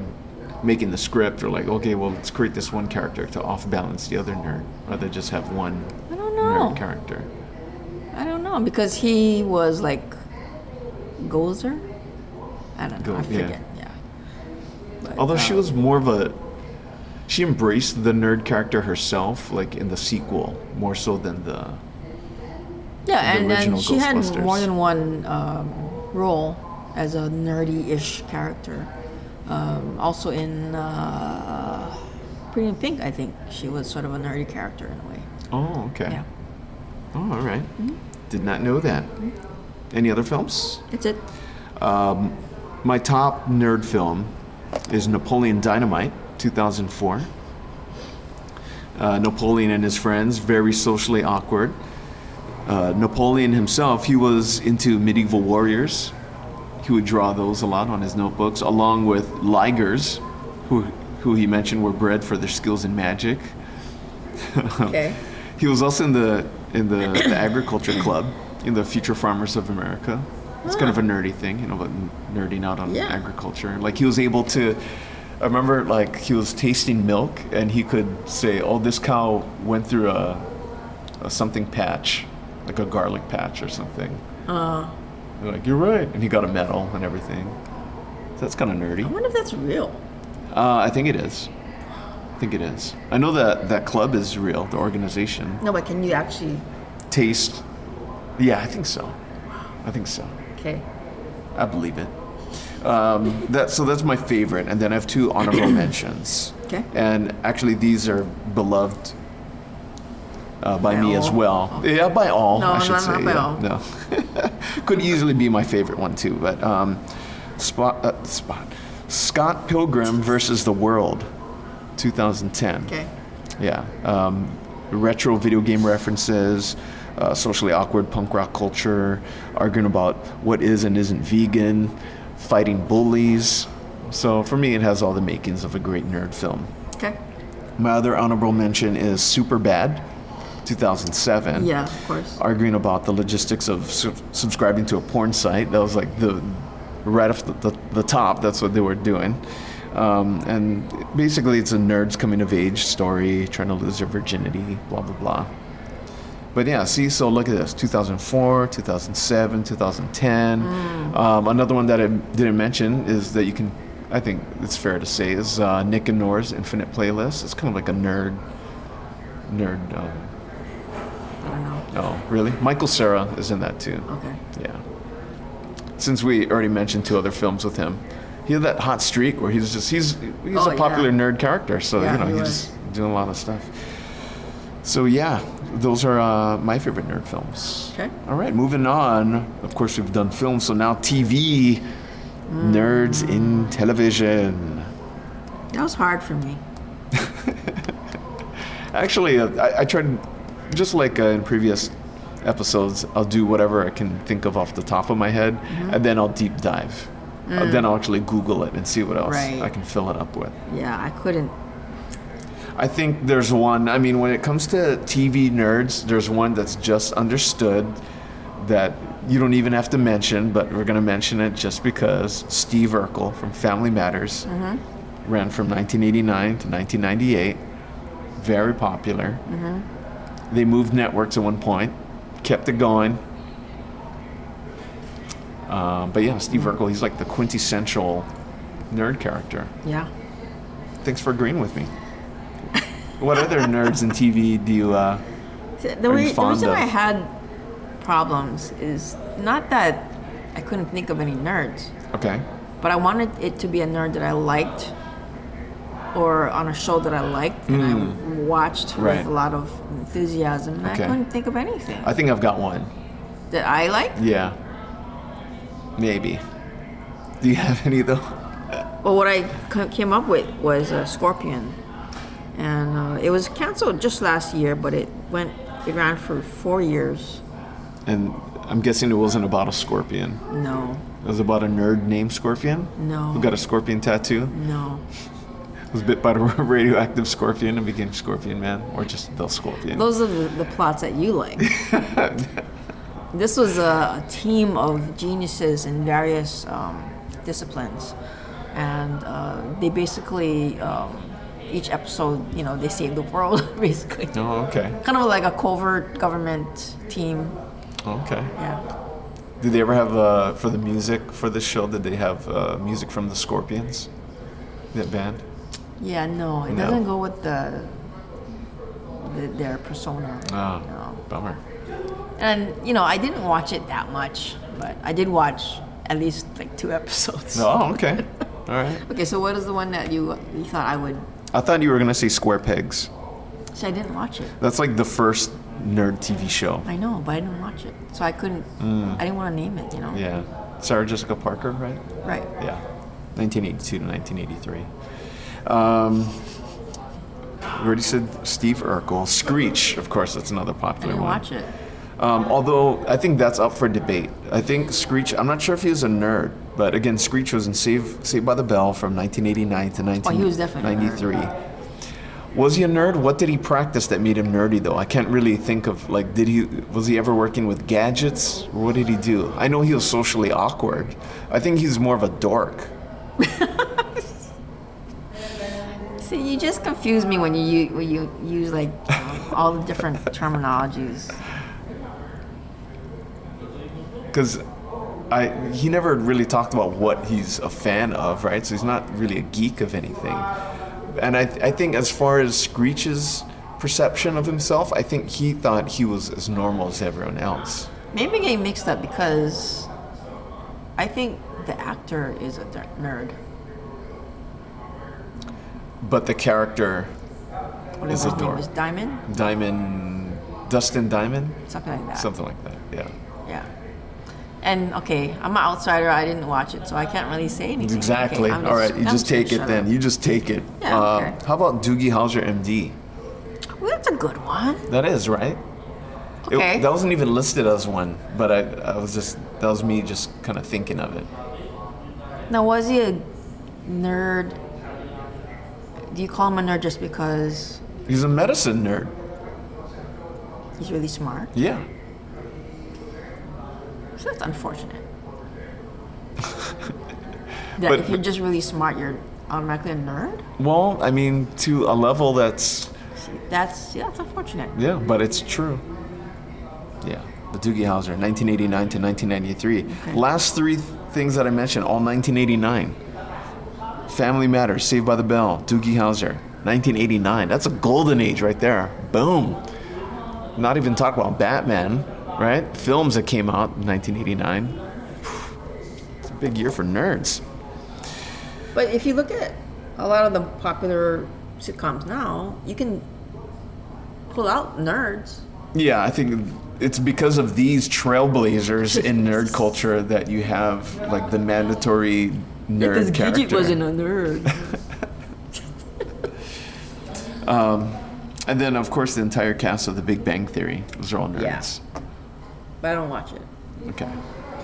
Speaker 1: making the script, or like, okay, well, let's create this one character to off balance the other nerd, rather just have one
Speaker 2: I don't
Speaker 1: nerd
Speaker 2: know.
Speaker 1: character.
Speaker 2: I don't know because he was like Gozer. I don't know.
Speaker 1: Go-
Speaker 2: I
Speaker 1: yeah.
Speaker 2: forget. Yeah. But,
Speaker 1: Although she
Speaker 2: uh,
Speaker 1: was more of a, she embraced the nerd character herself, like in the sequel, more so than the.
Speaker 2: yeah,
Speaker 1: the
Speaker 2: and then
Speaker 1: original
Speaker 2: she had more
Speaker 1: Ghostbusters.
Speaker 2: than one um, role as a nerdy-ish character. Um, also in uh, Pretty in Pink, I think she was sort of a nerdy character in a way.
Speaker 1: Oh, okay.
Speaker 2: Yeah,
Speaker 1: Oh, all right.
Speaker 2: Mm-hmm.
Speaker 1: Did not know that. Any other films? *laughs*
Speaker 2: that's it.
Speaker 1: My top nerd film is Napoleon Dynamite, 2004. Uh, Napoleon and his friends, very socially awkward. Uh, Napoleon himself, he was into medieval warriors. He would draw those a lot on his notebooks, along with ligers, who, who he mentioned were bred for their skills in magic.
Speaker 2: Okay.
Speaker 1: He was also in the in the, the agriculture club in the Future Farmers of America. It's kind of a nerdy thing, you know, but nerding out on
Speaker 2: Yeah.
Speaker 1: agriculture. Like he was able to. I remember like he was tasting milk and he could say, "Oh, this cow went through a, a something patch, like a garlic patch or something." Uh. Like you're right, and he got a medal and everything. So that's kind of nerdy.
Speaker 2: I wonder if that's real.
Speaker 1: Uh, I think it is. I think it is. I know that that club is real, the organization.
Speaker 2: No, but can you actually?
Speaker 1: taste. Yeah, I think so. I think so.
Speaker 2: Okay.
Speaker 1: I believe it. Um, that so that's my favorite, and then I have two
Speaker 2: *clears throat*
Speaker 1: honorable mentions.
Speaker 2: Okay.
Speaker 1: And actually, these are beloved uh, by,
Speaker 2: By
Speaker 1: me as
Speaker 2: all? Oh.
Speaker 1: well. Yeah, by all.
Speaker 2: No,
Speaker 1: I should
Speaker 2: no,
Speaker 1: say.
Speaker 2: not by
Speaker 1: yeah,
Speaker 2: all.
Speaker 1: No. *laughs* Could easily be my favorite one too, but um, spot uh, spot Scott Pilgrim versus the World, 2010.
Speaker 2: Okay.
Speaker 1: Yeah. Um, retro video game references, uh, socially awkward punk rock culture, arguing about what is and isn't vegan, fighting bullies. So for me, it has all the makings of a great nerd film.
Speaker 2: Okay.
Speaker 1: My other honorable mention is Superbad, 2007
Speaker 2: Yeah, of course.
Speaker 1: arguing about the logistics of su- subscribing to a porn site. That was like the right off the, the, the top. That's what they were doing. Um, and basically, it's a nerd's coming of age story, trying to lose their virginity, blah blah blah. But yeah, see, so look at this: 2004, 2007, 2010. Um, another one that I didn't mention is that you can, I think it's fair to say, is uh, Nick and Nora's Infinite Playlist. It's kind of like a nerd, nerd. Um,
Speaker 2: I don't know. Oh.
Speaker 1: Oh, really? Michael Cera is in that too.
Speaker 2: Okay.
Speaker 1: Yeah. Since we already mentioned two other films with him, he had that hot streak where he's just he's he's
Speaker 2: Oh,
Speaker 1: a
Speaker 2: yeah.
Speaker 1: popular nerd character, so
Speaker 2: Yeah,
Speaker 1: you know
Speaker 2: he
Speaker 1: he's
Speaker 2: was.
Speaker 1: just doing a lot of stuff. So yeah, those are uh, my favorite nerd films.
Speaker 2: Okay.
Speaker 1: All right, moving on. Of course, we've done films, so now TV.
Speaker 2: Mm.
Speaker 1: Nerds in television.
Speaker 2: That was hard for me.
Speaker 1: Actually, uh, I, I tried, just like uh, in previous episodes, I'll do whatever I can think of off the top of my head, and then I'll deep dive. Uh, then I'll actually Google it and see what else
Speaker 2: Right.
Speaker 1: I can fill it up with.
Speaker 2: Yeah, I couldn't.
Speaker 1: I think there's one, I mean, when it comes to TV nerds, there's one that's just understood that you don't even have to mention, but we're going to mention it just because Steve Urkel from Family Matters ran from 1989 to 1998. Very popular. They moved networks at one point, kept it going. Um, but yeah, Steve Urkel, he's like the quintessential nerd character.
Speaker 2: Yeah.
Speaker 1: Thanks for agreeing with me. What other nerds in TV do you uh,
Speaker 2: See, The,
Speaker 1: Are you
Speaker 2: re- the
Speaker 1: fond
Speaker 2: reason
Speaker 1: of-
Speaker 2: I had problems is not that I couldn't think of any nerds,
Speaker 1: Okay.
Speaker 2: but I wanted it to be a nerd that I liked or on a show that I liked and I watched
Speaker 1: Mm. Right.
Speaker 2: with a lot of enthusiasm. And
Speaker 1: Okay.
Speaker 2: I couldn't think of anything
Speaker 1: I Mm. think I've got one.
Speaker 2: that I liked.
Speaker 1: Yeah. Maybe. Do you have any though?
Speaker 2: Well, what I c- came up with was uh, Scorpion, and uh, it was canceled just last year, but it went it ran for four years.
Speaker 1: And I'm guessing it wasn't about a scorpion.
Speaker 2: No,
Speaker 1: It was about a nerd named Scorpion.
Speaker 2: No.
Speaker 1: Who got a scorpion tattoo?
Speaker 2: no,
Speaker 1: Was bit by a *laughs* radioactive scorpion and became Scorpion Man, or just the Scorpion.
Speaker 2: those are the, the plots that you like. this was a, a team of geniuses in various um, disciplines, and uh, they basically. Um, each episode, you know, they save the world, *laughs* basically.
Speaker 1: oh, okay.
Speaker 2: Kind of like a covert government team.
Speaker 1: Okay.
Speaker 2: Yeah.
Speaker 1: Did they ever have uh, for the music for this show? Did they have uh, music from the Scorpions, that band?
Speaker 2: Yeah, no, it
Speaker 1: No.
Speaker 2: doesn't go with the, the their persona.
Speaker 1: Oh,
Speaker 2: No.
Speaker 1: bummer.
Speaker 2: And you know, I didn't watch it that much, but I did watch at least like two episodes.
Speaker 1: Oh, okay. *laughs* All right.
Speaker 2: Okay, so what is the one that you you thought I would?
Speaker 1: I thought you were gonna say Square Pegs.
Speaker 2: See, I didn't watch it.
Speaker 1: That's like the first nerd TV show.
Speaker 2: I know, but I didn't watch it, so I couldn't. I didn't want to name it. You know.
Speaker 1: Mm. Yeah. Sarah Jessica Parker, right?
Speaker 2: Right.
Speaker 1: Yeah. 1982 to 1983. Um, we already said Steve Urkel. Screech, of course, that's another
Speaker 2: I
Speaker 1: popular
Speaker 2: didn't
Speaker 1: one.
Speaker 2: watch it.
Speaker 1: Um, although I think that's up for debate. I think Screech. I'm not sure if he was a nerd, but again, Screech was in Save Saved by the Bell from 1989 to
Speaker 2: Oh, he was definitely a nerd.
Speaker 1: 1993. was he a nerd? What did he practice that made him nerdy, though? I can't really think of like, did he was he ever working with gadgets? What did he do? I know he was socially awkward. I think he's more of a dork.
Speaker 2: See, you just confuse me when you u- when you use like *laughs* um, all the different terminologies.
Speaker 1: because I he never really talked about what he's a fan of, right? So he's not really a geek of anything. And I, I think as far as Screech's perception of himself, I think he thought he was as normal as everyone else.
Speaker 2: Maybe getting mixed up because I think the actor is a ner- nerd.
Speaker 1: But the character
Speaker 2: Whatever
Speaker 1: Is Mm.
Speaker 2: his
Speaker 1: a
Speaker 2: name
Speaker 1: dork.
Speaker 2: is, Diamond,
Speaker 1: Diamond, Dustin Diamond,
Speaker 2: something like that.
Speaker 1: something like that. Yeah,
Speaker 2: Yeah. And okay, I'm an outsider. I didn't watch it, so I can't really say anything.
Speaker 1: exactly.
Speaker 2: Okay, I'm
Speaker 1: All right, you
Speaker 2: I'm
Speaker 1: just take it
Speaker 2: shut
Speaker 1: then.
Speaker 2: up.
Speaker 1: You just take it.
Speaker 2: Yeah,
Speaker 1: Uh,
Speaker 2: okay.
Speaker 1: How about Doogie Howser, MD?
Speaker 2: Well, that's a good one.
Speaker 1: That is right. It-
Speaker 2: Okay.
Speaker 1: that wasn't even listed as one, but I, I was just that was me just kind of thinking of it.
Speaker 2: Now, was he a nerd? Do you call him a nerd just because
Speaker 1: He's a medicine nerd.
Speaker 2: he's really smart?
Speaker 1: Yeah.
Speaker 2: So
Speaker 1: *laughs*
Speaker 2: that's unfortunate. that
Speaker 1: But-
Speaker 2: if you're just really smart, you're automatically a nerd.
Speaker 1: Well, I mean, to a level that's
Speaker 2: See, that's yeah, that's unfortunate.
Speaker 1: yeah, but it's true. Yeah. The Doogie Howser, 1989 to 1993. Last three th- things that I mentioned, all 1989. Family Matters, Saved by the Bell, Doogie Howser, 1989. That's a golden age right there. Boom. Not even talk about Batman, right? Films that came out in 1989. It's a big year for nerds.
Speaker 2: But if you look at a lot of the popular sitcoms now, you can pull out nerds.
Speaker 1: Yeah, I think it's because of these
Speaker 2: *laughs*
Speaker 1: trailblazers in nerd culture that you have like the mandatory nerd character.
Speaker 2: a nerd.
Speaker 1: and then of course the entire cast of The Big Bang Theory. Those are all
Speaker 2: Yeah.
Speaker 1: nerds.
Speaker 2: but I don't watch it.
Speaker 1: Okay.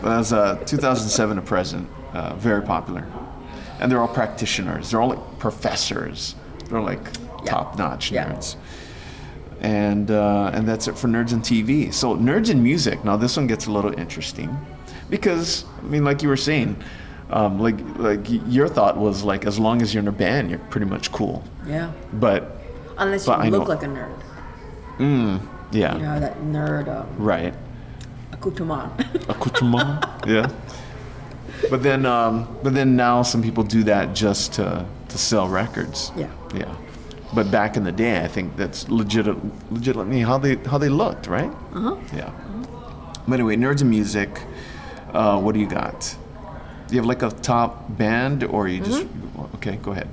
Speaker 1: That was uh, 2007 to present. Uh, very popular. And they're all practitioners. They're all like professors. They're like
Speaker 2: Yeah.
Speaker 1: top-notch
Speaker 2: Yeah.
Speaker 1: nerds. And uh, and that's it for nerds and TV. So nerds and music. Now this one gets a little interesting, because I mean, like you were saying, um, like like y- your thought was like as long as you're in a band, you're pretty much cool.
Speaker 2: Yeah.
Speaker 1: But
Speaker 2: Unless you
Speaker 1: But I
Speaker 2: look
Speaker 1: know-
Speaker 2: like a nerd.
Speaker 1: yeah,
Speaker 2: You know, that nerd um,
Speaker 1: right.
Speaker 2: accoutrement. *laughs*
Speaker 1: accoutrement. *laughs* yeah. But then, um, but then now some people do that just to to sell records.
Speaker 2: yeah.
Speaker 1: Yeah. But back in the day, I think that's legit, legitimately how they how they looked, right? Uh-huh. Yeah.
Speaker 2: Uh-huh.
Speaker 1: But anyway, nerds and music. Uh, what do you got? Do you have like a top band, or you just
Speaker 2: Mm-hmm.
Speaker 1: okay? Go ahead.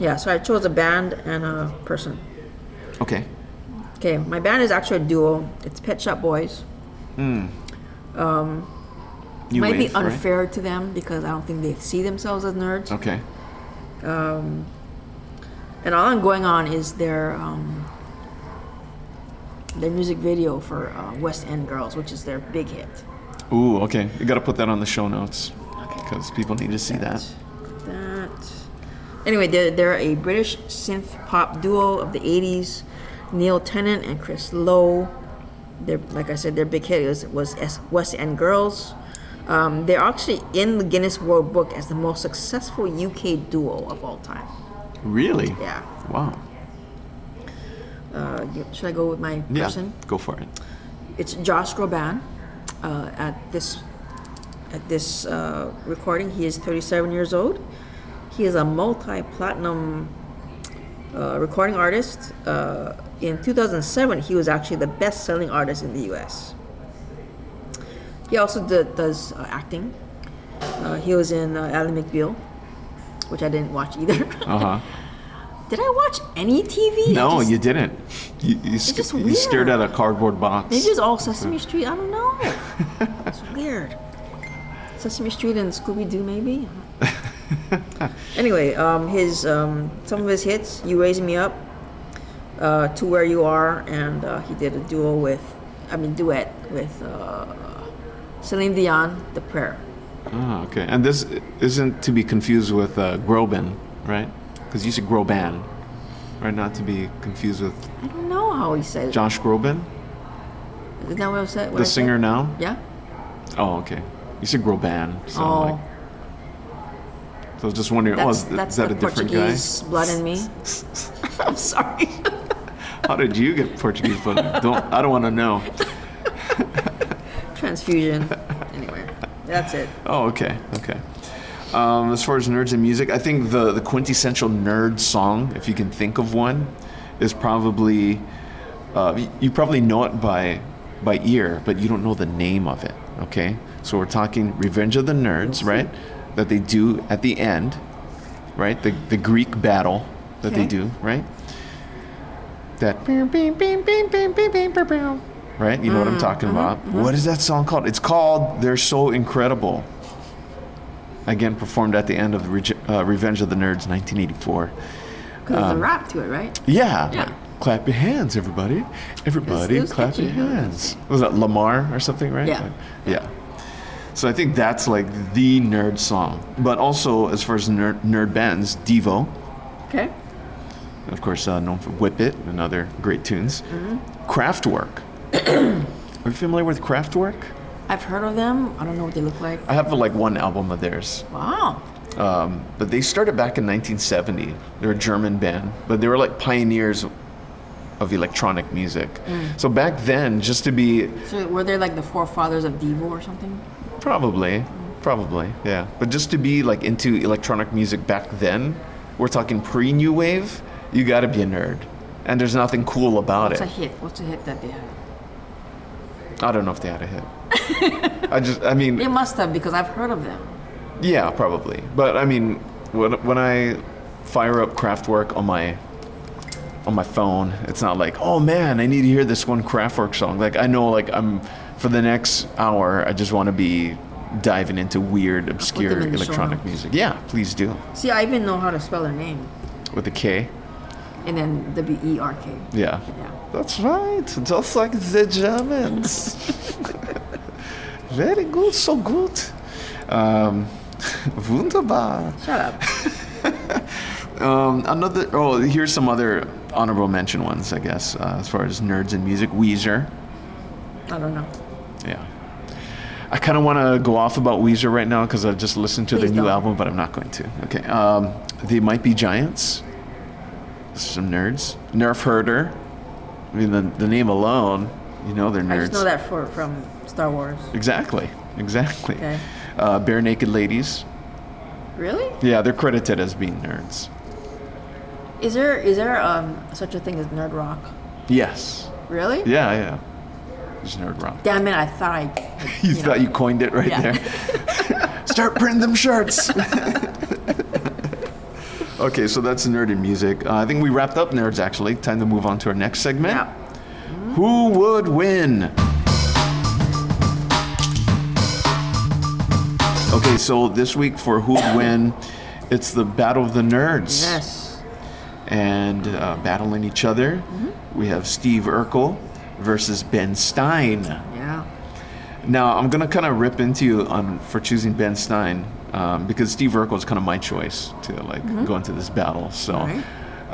Speaker 2: Yeah, so I chose a band and a person.
Speaker 1: Okay.
Speaker 2: Okay, my band is actually a duo. It's Pet Shop Boys.
Speaker 1: New
Speaker 2: Might
Speaker 1: wave,
Speaker 2: be
Speaker 1: right?
Speaker 2: unfair to them because I don't think they see themselves as nerds.
Speaker 1: Okay.
Speaker 2: And all I'm going on is their um, their music video for uh, West End Girls, which is their big hit.
Speaker 1: Ooh, okay. You got to put that on the show notes because people need to see that.
Speaker 2: That. Anyway, they're, they're a British synth pop duo of the 80s, Neil Tennant and Chris Lowe. They're, like I said, their big hit was, was S- West End Girls. Um, they're actually in the Guinness World Book as the most successful UK duo of all time.
Speaker 1: Really?
Speaker 2: Yeah.
Speaker 1: Wow.
Speaker 2: Uh, you- should I go with my
Speaker 1: Yeah.
Speaker 2: person?
Speaker 1: Go for it.
Speaker 2: it's Josh Groban. Uh, at this at this uh, recording, he is 37 years old. He is a multi-platinum uh, recording artist. Uh, in 2007, he was actually the best-selling artist in the U.S. He also d- does uh, acting. Uh, he was in uh, Ally McBeal, which I didn't watch either. *laughs*
Speaker 1: Uh huh.
Speaker 2: Did I watch any TV?
Speaker 1: No,
Speaker 2: Just-
Speaker 1: you didn't. You, you, sk-
Speaker 2: just
Speaker 1: you stared at
Speaker 2: weird.
Speaker 1: a cardboard box.
Speaker 2: Maybe it's all Sesame Street. I don't know. it's weird. Sesame Street and Scooby Doo, maybe. *laughs* anyway, um, his um, some of his hits, "You Raise Me Up," uh, "To Where You Are," and uh, he did a duo with, I mean, duet with uh, Celine Dion, "The Prayer."
Speaker 1: Ah, okay. And this isn't to be confused with uh, Groban, right? Because you said Groban, right? Not to be confused with
Speaker 2: I don't know how he says.
Speaker 1: Josh Groban,
Speaker 2: it. Is that what I said? what I
Speaker 1: the
Speaker 2: said?
Speaker 1: singer now.
Speaker 2: Yeah.
Speaker 1: Oh, okay. You said Groban, so
Speaker 2: oh,
Speaker 1: like, so I was just wondering, oh,
Speaker 2: that's
Speaker 1: is, th-
Speaker 2: that's
Speaker 1: is that
Speaker 2: the
Speaker 1: a different
Speaker 2: Portuguese blood in me. I'm sorry.
Speaker 1: guy? How did you get Portuguese? But don't I don't want to know. *laughs*
Speaker 2: Transfusion. Anyway, that's it.
Speaker 1: Oh, okay, okay. Um, as far as nerds and music, I think the, the quintessential nerd song, if you can think of one, is probably uh, y- you probably know it by by ear, but you don't know the name of it. Okay, so we're talking Revenge of the Nerds, right? That they do at the end, right? The the Greek battle that they
Speaker 2: Okay.
Speaker 1: do, right? That beep, beep, beep, beep, beep, beep, beep, beep, beep. right? You know what I'm talking about. What is that song called? It's called "They're So Incredible." Again, performed at the end of Rege- uh, Revenge of the Nerds, 1984.
Speaker 2: Because
Speaker 1: Um,
Speaker 2: there's a rap to it, right?
Speaker 1: Yeah.
Speaker 2: Yeah.
Speaker 1: like, clap your hands, everybody. Everybody,
Speaker 2: It was
Speaker 1: clap
Speaker 2: catchy,
Speaker 1: your
Speaker 2: huh?
Speaker 1: hands. Was that Lamar or something, right?
Speaker 2: Yeah.
Speaker 1: Like, yeah. So I think that's like the nerd song. But also, as far as nerd, nerd bands, Devo,
Speaker 2: Okay.
Speaker 1: of course, uh, known for Whip It and other great tunes.
Speaker 2: Mm-hmm. *clears throat*
Speaker 1: Kraftwerk. Are you familiar with Kraftwerk?
Speaker 2: I've heard of them. I don't know what they look like.
Speaker 1: I have like one album of theirs.
Speaker 2: Wow.
Speaker 1: Um, but they started back in 1970. They're a German band, but they were like pioneers of electronic music. So back then, just to be
Speaker 2: So were they like the forefathers of Devo or something?
Speaker 1: probably, probably, yeah. But just to be like into electronic music back then, we're talking pre new wave, you gotta be a nerd. And there's nothing cool about
Speaker 2: What's a
Speaker 1: it.
Speaker 2: hit? What's a hit that they had?
Speaker 1: I don't know if they had a hit. I just, I mean,
Speaker 2: They must have because I've heard of them.
Speaker 1: Yeah, probably. But I mean, when, when I fire up Kraftwerk on my on my phone, it's not like, oh man, I need to hear this one Kraftwerk song. Like I know, like I'm for the next hour, I just want to be diving into weird, obscure
Speaker 2: in the show
Speaker 1: electronic
Speaker 2: notes.
Speaker 1: music. Yeah, please do
Speaker 2: See, I even know how to spell their name.
Speaker 1: with a K.
Speaker 2: And then W E R K.
Speaker 1: Yeah.
Speaker 2: Yeah.
Speaker 1: That's right. Just like the
Speaker 2: *laughs*
Speaker 1: Germans. Very good, so good. Um, *laughs* wunderbar.
Speaker 2: Shut up.
Speaker 1: Um, another. Oh, here's some other honorable mention ones, I guess, uh, as far as nerds and music. Weezer.
Speaker 2: I don't know.
Speaker 1: Yeah. I kind of want to go off about Weezer right now because I've just listened to their
Speaker 2: Please
Speaker 1: new
Speaker 2: don't.
Speaker 1: album, but I'm not going to. Okay. Um, they might be giants. Some nerds. Nerf herder. I mean, the, the name alone, you know, they're nerds.
Speaker 2: I just know that for from Star Wars.
Speaker 1: Exactly. Exactly.
Speaker 2: Okay.
Speaker 1: Uh, bare naked ladies.
Speaker 2: Really?
Speaker 1: Yeah, they're credited as being nerds.
Speaker 2: Is there is there um, such a thing as nerd rock?
Speaker 1: Yes.
Speaker 2: Really?
Speaker 1: Yeah, yeah. It's nerd rock.
Speaker 2: Damn it! I thought I.
Speaker 1: *laughs* You thought you coined it right
Speaker 2: Yeah. *laughs*
Speaker 1: there. Start printing them shirts. okay, so that's nerd in music. Uh, I think we wrapped up nerds actually. Time to move on to our next segment.
Speaker 2: Yeah.
Speaker 1: Who would win? Okay, so this week for Who Would Win, it's the Battle of the Nerds.
Speaker 2: Yes.
Speaker 1: And uh, battling each other,
Speaker 2: Mm-hmm.
Speaker 1: we have Steve Urkel versus Ben Stein.
Speaker 2: Yeah.
Speaker 1: Now I'm gonna kind of rip into you on for choosing Ben Stein um, because Steve Urkel is kind of my choice to like
Speaker 2: Mm-hmm.
Speaker 1: go into this battle. So
Speaker 2: Alright.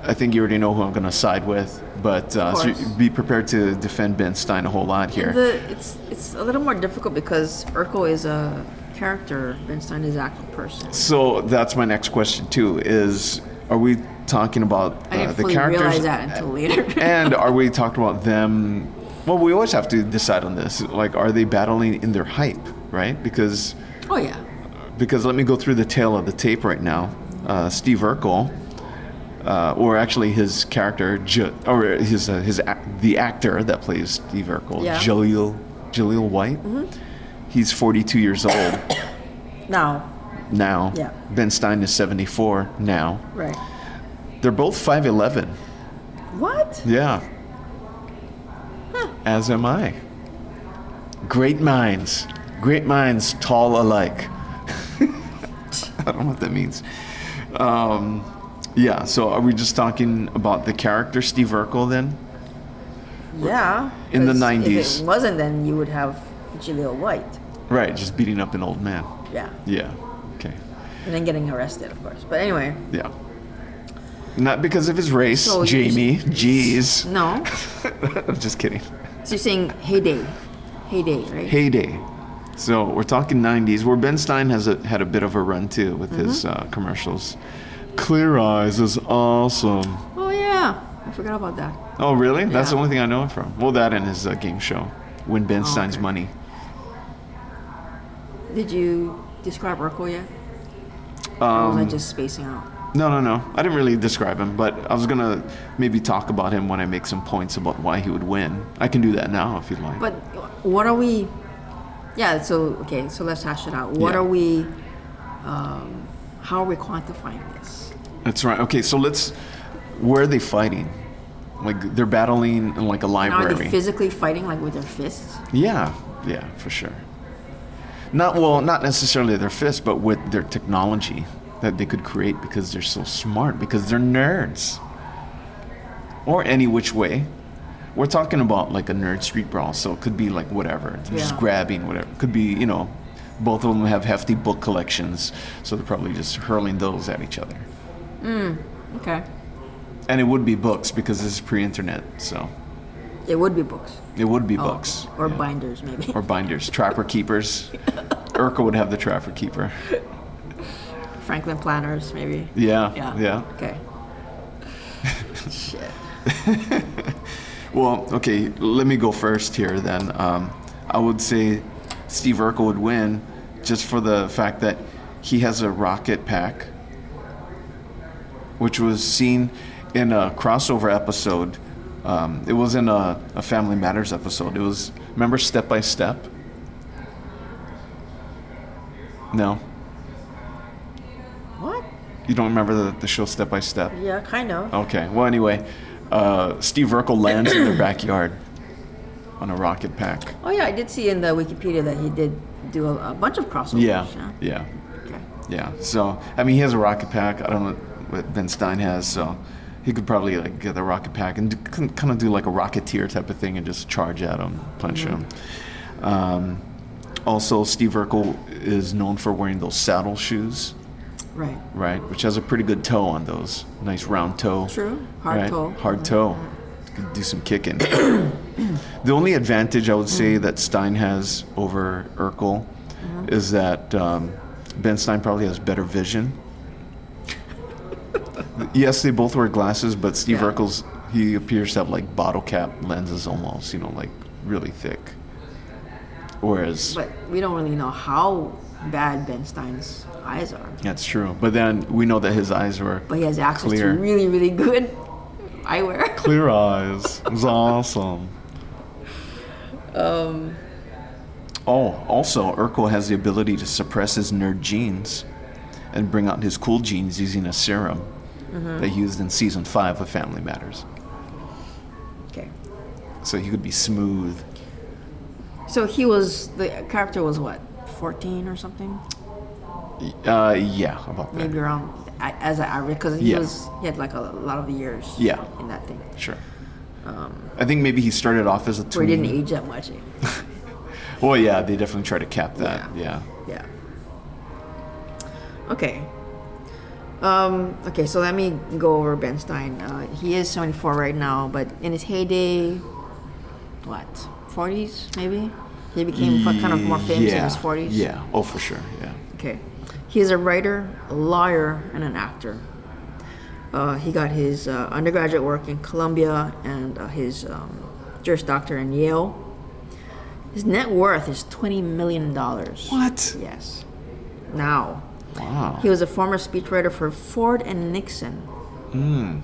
Speaker 1: I think you already know who I'm gonna side with, but uh, so
Speaker 2: course.
Speaker 1: be prepared to defend Ben Stein a whole lot here.
Speaker 2: The, it's it's a little more difficult because Urkel is a character, Ben Stein is an actual person.
Speaker 1: so that's my next question too: is are we talking about
Speaker 2: I
Speaker 1: uh,
Speaker 2: didn't
Speaker 1: the
Speaker 2: fully
Speaker 1: characters?
Speaker 2: realize that until later. *laughs*
Speaker 1: and are we talking about them? Well, we always have to decide on this. Like, are they battling in their hype, right? Because
Speaker 2: oh yeah.
Speaker 1: because let me go through the tail of the tape right now. Uh, Steve Urkel, uh, or actually his character, J- or his uh, his ac- the actor that plays Steve Urkel,
Speaker 2: Yeah. Mm-hmm.
Speaker 1: Jaleel Jaleel White. He's 42 years old
Speaker 2: Now,
Speaker 1: now.
Speaker 2: Yeah.
Speaker 1: Ben Stein is 74 now.
Speaker 2: right.
Speaker 1: They're both 5'11.
Speaker 2: What?
Speaker 1: Yeah. As am I. Great minds. Great minds, tall alike. *laughs* I don't know what that means. Um, yeah, so are we just talking about the character Steve Urkel then?
Speaker 2: Yeah.
Speaker 1: In the
Speaker 2: 'cause If
Speaker 1: 90s.
Speaker 2: it wasn't, then you would have Jaleel White.
Speaker 1: Right, just beating up an old man.
Speaker 2: Yeah.
Speaker 1: Yeah, okay.
Speaker 2: And then getting arrested, of course. But anyway,
Speaker 1: Yeah. Not because of his race,
Speaker 2: So you-
Speaker 1: Jamie. Jeez. *laughs*
Speaker 2: no.
Speaker 1: I'm just kidding.
Speaker 2: So you're saying heyday, heyday, right?
Speaker 1: heyday. So we're talking 90s, where Ben Stein has a, had a bit of a run too with his
Speaker 2: Mm-hmm.
Speaker 1: uh, commercials. Clear Eyes is awesome.
Speaker 2: Oh yeah, I forgot about that.
Speaker 1: Oh, really? That's the
Speaker 2: Yeah. Oh,
Speaker 1: only thing I know him from. Well, that and his uh, game show, Win Ben Stein's
Speaker 2: okay.
Speaker 1: Money.
Speaker 2: Did you describe Urkel yet? or
Speaker 1: Um,
Speaker 2: was I just spacing out?
Speaker 1: No, no, no. I didn't really describe him, but I was going to maybe talk about him when I make some points about why he would win. I can do that now if you'd like.
Speaker 2: But what are we? Yeah. So okay. So let's hash it out. What
Speaker 1: Yeah.
Speaker 2: are we? Um, how are we quantifying this?
Speaker 1: That's right. Okay, so let's. Where are they fighting? Like, they're battling in like a
Speaker 2: And
Speaker 1: library.
Speaker 2: are they physically fighting like with their fists?
Speaker 1: Yeah, yeah, for sure. Not well, not necessarily their fists, but with their technology that they could create because they're so smart, because they're nerds. Or any which way. We're talking about like a nerd street brawl, so it could be like whatever. They're just
Speaker 2: Yeah.
Speaker 1: grabbing whatever. Could be, you know, both of them have hefty book collections, so they're probably just hurling those at each other.
Speaker 2: Okay.
Speaker 1: And it would be books because this is pre internet, so
Speaker 2: It would be books.
Speaker 1: it would be books.
Speaker 2: Oh, Or
Speaker 1: yeah.
Speaker 2: binders, maybe.
Speaker 1: or binders, trapper keepers. Urkel would have the trapper keeper.
Speaker 2: *laughs* Franklin planners, maybe.
Speaker 1: Yeah,
Speaker 2: Yeah.
Speaker 1: yeah.
Speaker 2: Okay. Shit.
Speaker 1: Well, okay, let me go first here then. Um, I would say Steve Urkel would win just for the fact that he has a rocket pack, which was seen in a crossover episode. Um, it was in a, a Family Matters episode. It was, remember Step by Step? No?
Speaker 2: What?
Speaker 1: You don't remember the, the show Step by Step?
Speaker 2: Yeah, kind of.
Speaker 1: Okay. Well, anyway, uh, Steve Urkel lands in their backyard on a rocket pack.
Speaker 2: Oh yeah, I did see in the Wikipedia that he did do a, a bunch of crossovers.
Speaker 1: Yeah.
Speaker 2: Yeah.
Speaker 1: Yeah.
Speaker 2: Okay.
Speaker 1: Yeah. So, I mean, he has a rocket pack. I don't know what Ben Stein has, so he could probably like get the rocket pack and kind of do like a rocketeer type of thing and just charge at him, punch him. Um, also, Steve Urkel is known for wearing those saddle shoes,
Speaker 2: Right.
Speaker 1: right? Which has a pretty good toe on those. Nice round toe.
Speaker 2: True. Hard
Speaker 1: right?
Speaker 2: toe.
Speaker 1: Hard toe. Could do some kicking. *coughs* the only advantage I would say
Speaker 2: Mm.
Speaker 1: that Stein has over Urkel
Speaker 2: Uh-huh.
Speaker 1: is that um, Ben Stein probably has better
Speaker 2: *laughs*
Speaker 1: vision. yes, they both wear glasses, but Steve
Speaker 2: Yeah.
Speaker 1: Urkel's he appears to have like bottle cap lenses almost, you know, like really thick. Whereas
Speaker 2: But we don't really know how bad Ben Stein's eyes are.
Speaker 1: that's true. But then we know that his eyes were
Speaker 2: But he has access
Speaker 1: Clear.
Speaker 2: to really, really good *laughs* eyewear.
Speaker 1: clear eyes. It was awesome.
Speaker 2: Um,
Speaker 1: Oh, also, Urkel has the ability to suppress his nerd genes and bring out his cool genes using a serum
Speaker 2: Mm-hmm.
Speaker 1: they used in season five of Family Matters.
Speaker 2: *laughs* okay.
Speaker 1: So he could be smooth.
Speaker 2: So he was the character was what, 14 or something?
Speaker 1: Uh, yeah, about that.
Speaker 2: Maybe around a- as an average because he
Speaker 1: Yeah.
Speaker 2: was he had like a lot of years.
Speaker 1: Yeah.
Speaker 2: In that thing,
Speaker 1: Sure. I think maybe he started off as a
Speaker 2: where he
Speaker 1: tween.
Speaker 2: Um, didn't age that much.
Speaker 1: Well, yeah, they definitely try to cap that. Yeah.
Speaker 2: *laughs* Yeah. Okay. Um, okay, so let me go over Ben Stein. Uh, he is 74 right now, but in his heyday, what, 40s maybe? He became fu- kind of more famous in his 40s.
Speaker 1: Yeah. Oh, for sure. Yeah.
Speaker 2: Okay. He is a writer, a lawyer, and an actor. Uh, he got his uh, undergraduate work in Columbia and uh, his um, Juris Doctor in Yale. His net worth is $20 million.
Speaker 1: What?
Speaker 2: Yes. Now.
Speaker 1: Wow.
Speaker 2: He was a former speechwriter for Ford and Nixon.
Speaker 1: Hmm.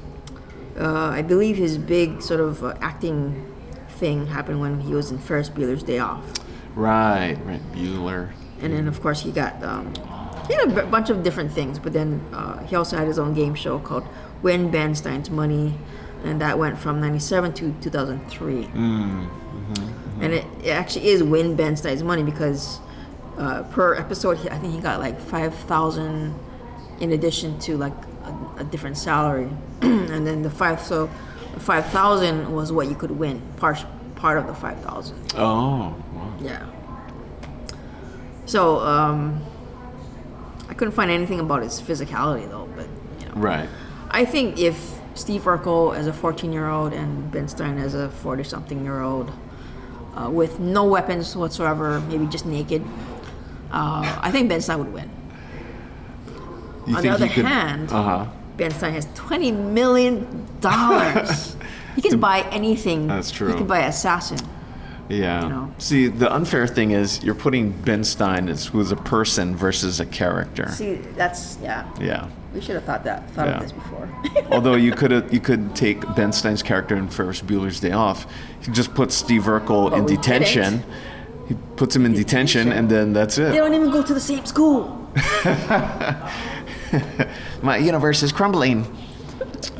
Speaker 2: Uh, I believe his big sort of uh, acting thing happened when he was in Ferris Bueller's Day Off.
Speaker 1: Right. Right. Bueller.
Speaker 2: And then, of course, he got um, he had a b- bunch of different things. But then uh, he also had his own game show called Win Ben Stein's Money, and that went from '97 to 2003. And it, it actually is Win Ben Stein's Money because uh, per episode, he, I think he got like five thousand in addition to like a, a different salary, *clears throat* and then the five so five thousand was what you could win part part of the five thousand.
Speaker 1: Oh. Wow.
Speaker 2: Yeah. So, um, I couldn't find anything about his physicality though, but you know.
Speaker 1: Right.
Speaker 2: I think if Steve Urkel as a 14 year old and Ben Stein as a 40 something year old uh, with no weapons whatsoever, maybe just naked, uh, I think Ben Stein would win.
Speaker 1: You think
Speaker 2: On the other
Speaker 1: he could-
Speaker 2: hand,
Speaker 1: Uh-huh.
Speaker 2: Ben Stein has 20 million
Speaker 1: *laughs*
Speaker 2: dollars. he can buy anything.
Speaker 1: That's
Speaker 2: He
Speaker 1: true.
Speaker 2: can buy assassin.
Speaker 1: Yeah.
Speaker 2: know.
Speaker 1: See, the unfair thing is you're putting Ben Stein as who's a person versus a character.
Speaker 2: See, that's yeah.
Speaker 1: Yeah.
Speaker 2: We should have thought that thought
Speaker 1: Yeah.
Speaker 2: of this before. *laughs*
Speaker 1: Although you could you could take Ben Stein's character in Ferris Bueller's Day Off, he just puts Steve Urkel in
Speaker 2: we didn't.
Speaker 1: detention. He puts him in detention, and then that's
Speaker 2: They
Speaker 1: it.
Speaker 2: don't even go to the same school.
Speaker 1: My universe is crumbling.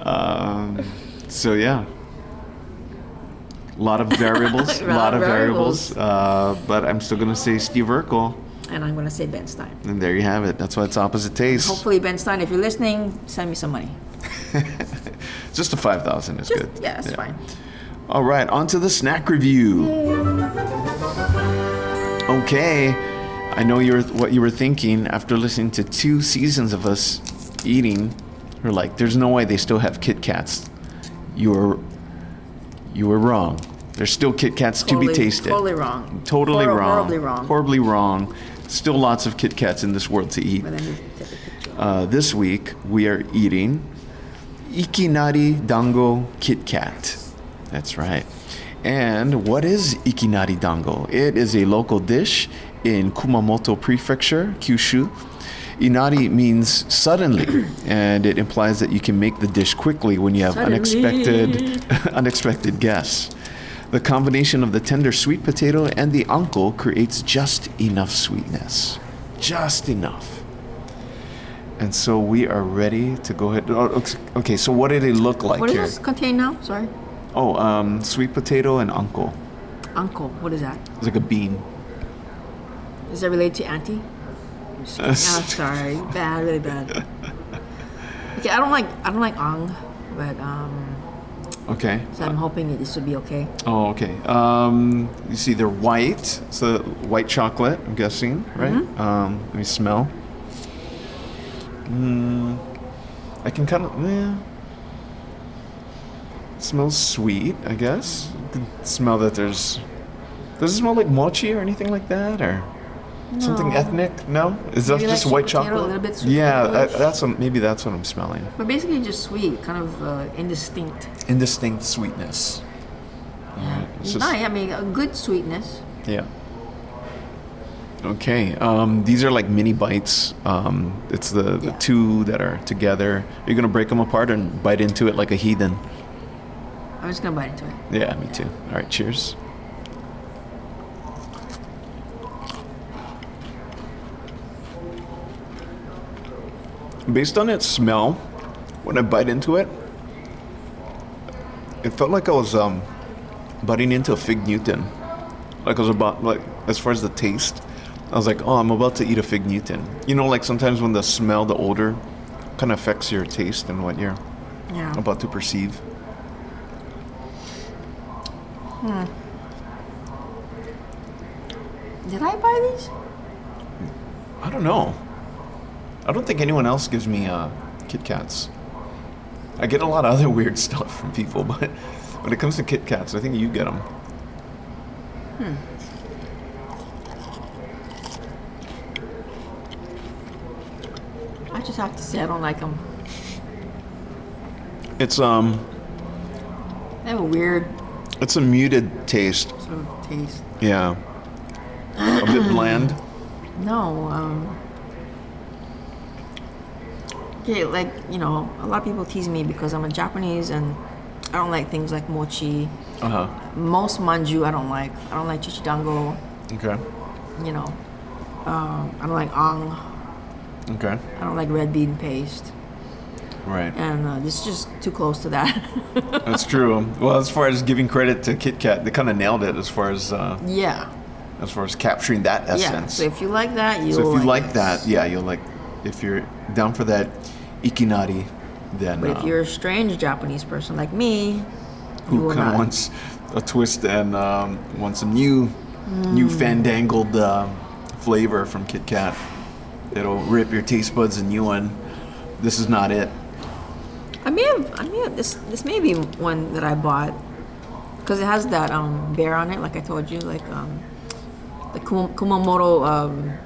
Speaker 1: Um, so yeah, a lot of *laughs* variables, a lot of variables. Uh, but I'm still gonna say Steve Urkel,
Speaker 2: And I'm gonna say Ben Stein.
Speaker 1: and there you have it. That's why it's opposite taste.
Speaker 2: Hopefully, Ben Stein, if you're listening, send me some money.
Speaker 1: Just a five thousand is
Speaker 2: Just
Speaker 1: good.
Speaker 2: yeah, that's fine.
Speaker 1: All right, on to the snack review. Okay, I know you're what you were thinking after listening to two seasons of us eating. You're like, there's no way they still have Kit Kats. You were, you were wrong. There's still Kit Kats to
Speaker 2: Totally-
Speaker 1: be tasted.
Speaker 2: Totally wrong.
Speaker 1: Totally
Speaker 2: Hor-
Speaker 1: wrong.
Speaker 2: Horribly wrong.
Speaker 1: Horribly wrong. Still lots of Kit Kats in this world to eat.
Speaker 2: But then you take a picture.
Speaker 1: Uh, this week we are eating Ikinari Dango Kit Kat. That's right. And what is Ikinari Dango? It is a local dish in Kumamoto Prefecture, Kyushu. Inari means suddenly, *coughs* and it implies that you can make the dish quickly when you have unexpected, *laughs* unexpected guests. The combination of the tender sweet potato and the uncle creates just enough sweetness, just enough. And so we are ready to go ahead. oh, looks- Okay, so what did it look like
Speaker 2: What does
Speaker 1: here?
Speaker 2: this contain now? Sorry,
Speaker 1: Oh, um, sweet potato and uncle.
Speaker 2: uncle. What is that?
Speaker 1: It's like a bean.
Speaker 2: Is that related to auntie? I'm *laughs* just kidding.
Speaker 1: Yes.
Speaker 2: oh, sorry, bad, really bad. Okay, I don't like I don't like ang, but um,
Speaker 1: Okay.
Speaker 2: so I'm hoping that this would be okay.
Speaker 1: Oh, okay. Um, you see, they're white. So white chocolate, I'm guessing, right? Um, let me smell. Mm, I can kind of. Yeah. Smells sweet, I guess. You can smell that there's. Does it smell like mochi or anything like that, or something
Speaker 2: No.
Speaker 1: ethnic? No, is that
Speaker 2: Maybe like
Speaker 1: just white
Speaker 2: sweet potato, a
Speaker 1: chocolate?
Speaker 2: little bit sweet
Speaker 1: yeah,
Speaker 2: potato-ish.
Speaker 1: that- that's what, maybe that's what I'm smelling.
Speaker 2: But basically, just sweet, kind of uh, indistinct.
Speaker 1: Indistinct sweetness. All right, it's
Speaker 2: Nice.
Speaker 1: just-
Speaker 2: I mean, a good sweetness.
Speaker 1: Yeah. Okay. Um, these are like mini bites. Um, it's the, the
Speaker 2: Yeah.
Speaker 1: two that are together. You're gonna break them apart and bite into it like a heathen.
Speaker 2: I'm just gonna bite into it.
Speaker 1: Yeah, me too. All right, cheers. Based on its smell, when I bite into it, it felt like I was um, biting into a fig Newton. Like I was about like as far as the taste, I was like, oh, I'm about to eat a fig Newton. You know, like sometimes when the smell, the odor, kind of affects your taste and what you're
Speaker 2: Yeah.
Speaker 1: about to perceive.
Speaker 2: Did I buy these?
Speaker 1: I don't know. I don't think anyone else gives me uh, Kit Kats. I get a lot of *laughs* other weird stuff from people, but when it comes to Kit Kats, I think you get them.
Speaker 2: I just have to say I don't like them.
Speaker 1: It's um,
Speaker 2: They have a weird
Speaker 1: it's a muted taste.
Speaker 2: sort of taste.
Speaker 1: Yeah, a *clears throat* bit bland.
Speaker 2: No. Um, okay, like you know, a lot of people tease me because I'm a Japanese and I don't like things like mochi.
Speaker 1: Uh huh.
Speaker 2: Most manju I don't like. I don't like chichidango.
Speaker 1: Okay.
Speaker 2: You know, um, I don't like ang.
Speaker 1: Okay.
Speaker 2: I don't like red bean paste.
Speaker 1: Right.
Speaker 2: And uh, this is just too close to that. *laughs*
Speaker 1: That's true. Well, as far as giving credit to Kit Kat, they kind of nailed it as far as uh,
Speaker 2: yeah.
Speaker 1: as far as capturing that
Speaker 2: Yeah.
Speaker 1: essence.
Speaker 2: So if you like that, you.
Speaker 1: So if you like
Speaker 2: this.
Speaker 1: that, yeah, you'll like. If you're down for that ikinari, then
Speaker 2: But
Speaker 1: uh,
Speaker 2: if you're a strange Japanese person like me, you
Speaker 1: who
Speaker 2: will
Speaker 1: kind of
Speaker 2: not.
Speaker 1: wants a twist and um, wants some new, new
Speaker 2: Mm.
Speaker 1: fandangled uh, flavor from Kit Kat, it'll rip your taste buds a new one. This is not it.
Speaker 2: I may have, I may have, this, this may be one that I bought because it has that um, bear on it, like I told you, like um, the Kum- Kumamoto um,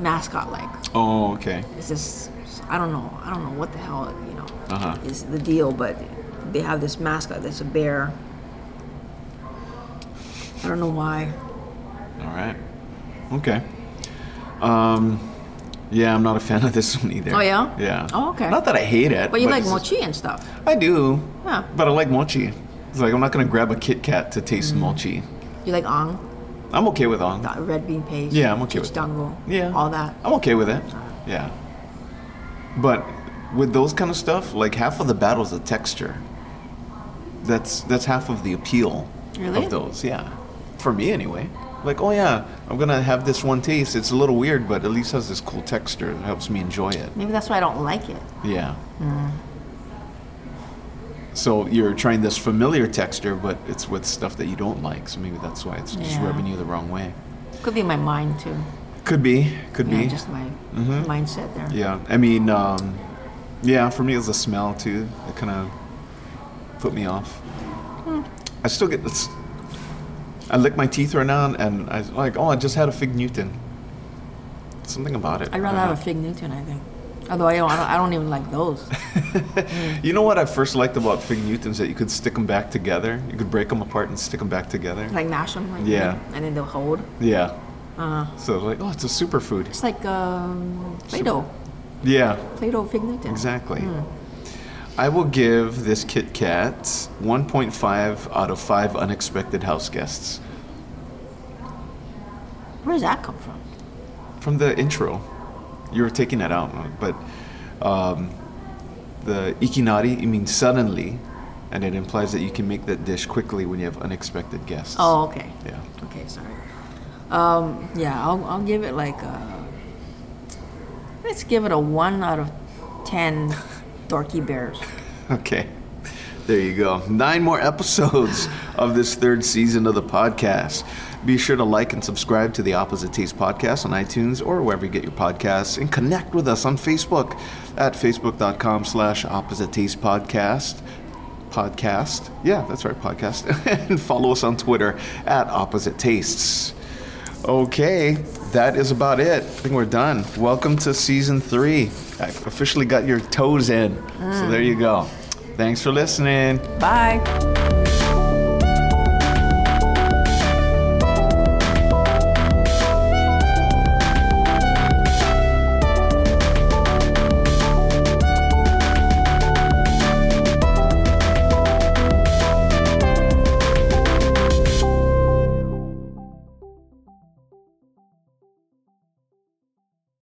Speaker 2: mascot. Like
Speaker 1: Oh, okay.
Speaker 2: it's this, I don't know, I don't know what the hell you know
Speaker 1: Uh-huh.
Speaker 2: is the deal, but they have this mascot that's a bear. I don't know why.
Speaker 1: All right. Okay. Um, yeah, I'm not a fan of this *laughs* one either.
Speaker 2: Oh, yeah?
Speaker 1: Yeah.
Speaker 2: Oh, okay.
Speaker 1: Not that I hate it.
Speaker 2: But you like
Speaker 1: it's just-
Speaker 2: mochi and stuff.
Speaker 1: I do.
Speaker 2: Yeah.
Speaker 1: But I like mochi. It's like I'm not gonna grab a Kit Kat to taste
Speaker 2: Mm.
Speaker 1: mochi.
Speaker 2: You like ang,
Speaker 1: I'm okay with on.
Speaker 2: the red bean paste.
Speaker 1: Yeah, I'm okay with that.
Speaker 2: dango,
Speaker 1: Yeah.
Speaker 2: all that.
Speaker 1: I'm okay with it. Yeah. But with those kind of stuff, like half of the battle's the texture. That's that's half of the appeal
Speaker 2: Really?
Speaker 1: of those. Yeah. For me anyway. Like, oh yeah, I'm gonna have this one taste. It's a little weird, but at least has this cool texture. It helps me enjoy it.
Speaker 2: Maybe that's why I don't like it.
Speaker 1: Yeah.
Speaker 2: Mm.
Speaker 1: So you're trying this familiar texture, but it's with stuff that you don't like. So maybe that's why it's just
Speaker 2: Yeah.
Speaker 1: rubbing you the wrong way.
Speaker 2: Could be my mind too.
Speaker 1: Could be. Could
Speaker 2: Yeah,
Speaker 1: be.
Speaker 2: just my
Speaker 1: Mm-hmm.
Speaker 2: mindset there.
Speaker 1: yeah. I mean, um, yeah. For me, it was the smell too. It kind of put me off. I still get this. I lick my teeth right now, and I like, oh, I just had a fig Newton. Something about it. I
Speaker 2: I'd
Speaker 1: don't
Speaker 2: rather
Speaker 1: know.
Speaker 2: have a fig Newton, I think. Although I don't, I don't, I don't even
Speaker 1: *laughs*
Speaker 2: like those.
Speaker 1: You know what I first liked about fig Newtons that you could stick them back together. You could break them apart and stick them back together.
Speaker 2: Like mash them, like,
Speaker 1: Yeah.
Speaker 2: and then they'll hold.
Speaker 1: yeah. so like, oh, it's a superfood.
Speaker 2: It's like um, Play-Doh,
Speaker 1: Yeah,
Speaker 2: Play-Doh fig Newton.
Speaker 1: exactly. I will give this Kit Kat 1.5 out of 5 unexpected house guests
Speaker 2: Where does that come from?
Speaker 1: from the intro. You were taking that out, but um, the ikinari, it means suddenly, and it implies that you can make that dish quickly when you have unexpected guests.
Speaker 2: Oh, okay.
Speaker 1: Yeah.
Speaker 2: Okay, sorry. Um, yeah, I'll, I'll give it like a, let's give it a one out of
Speaker 1: *laughs*
Speaker 2: ten dorky bears.
Speaker 1: Okay. There you go. Nine more episodes of this third season of the podcast. Be sure to like and subscribe to the Opposite Taste Podcast on iTunes or wherever you get your podcasts and connect with us on Facebook at facebook.com slash opposite taste podcast. Podcast. Yeah, that's right, podcast. *laughs* and follow us on Twitter at opposite tastes. Okay, that is about it. I think we're done. Welcome to season three. I officially got your toes in. So there you go. Thanks for listening.
Speaker 2: Bye.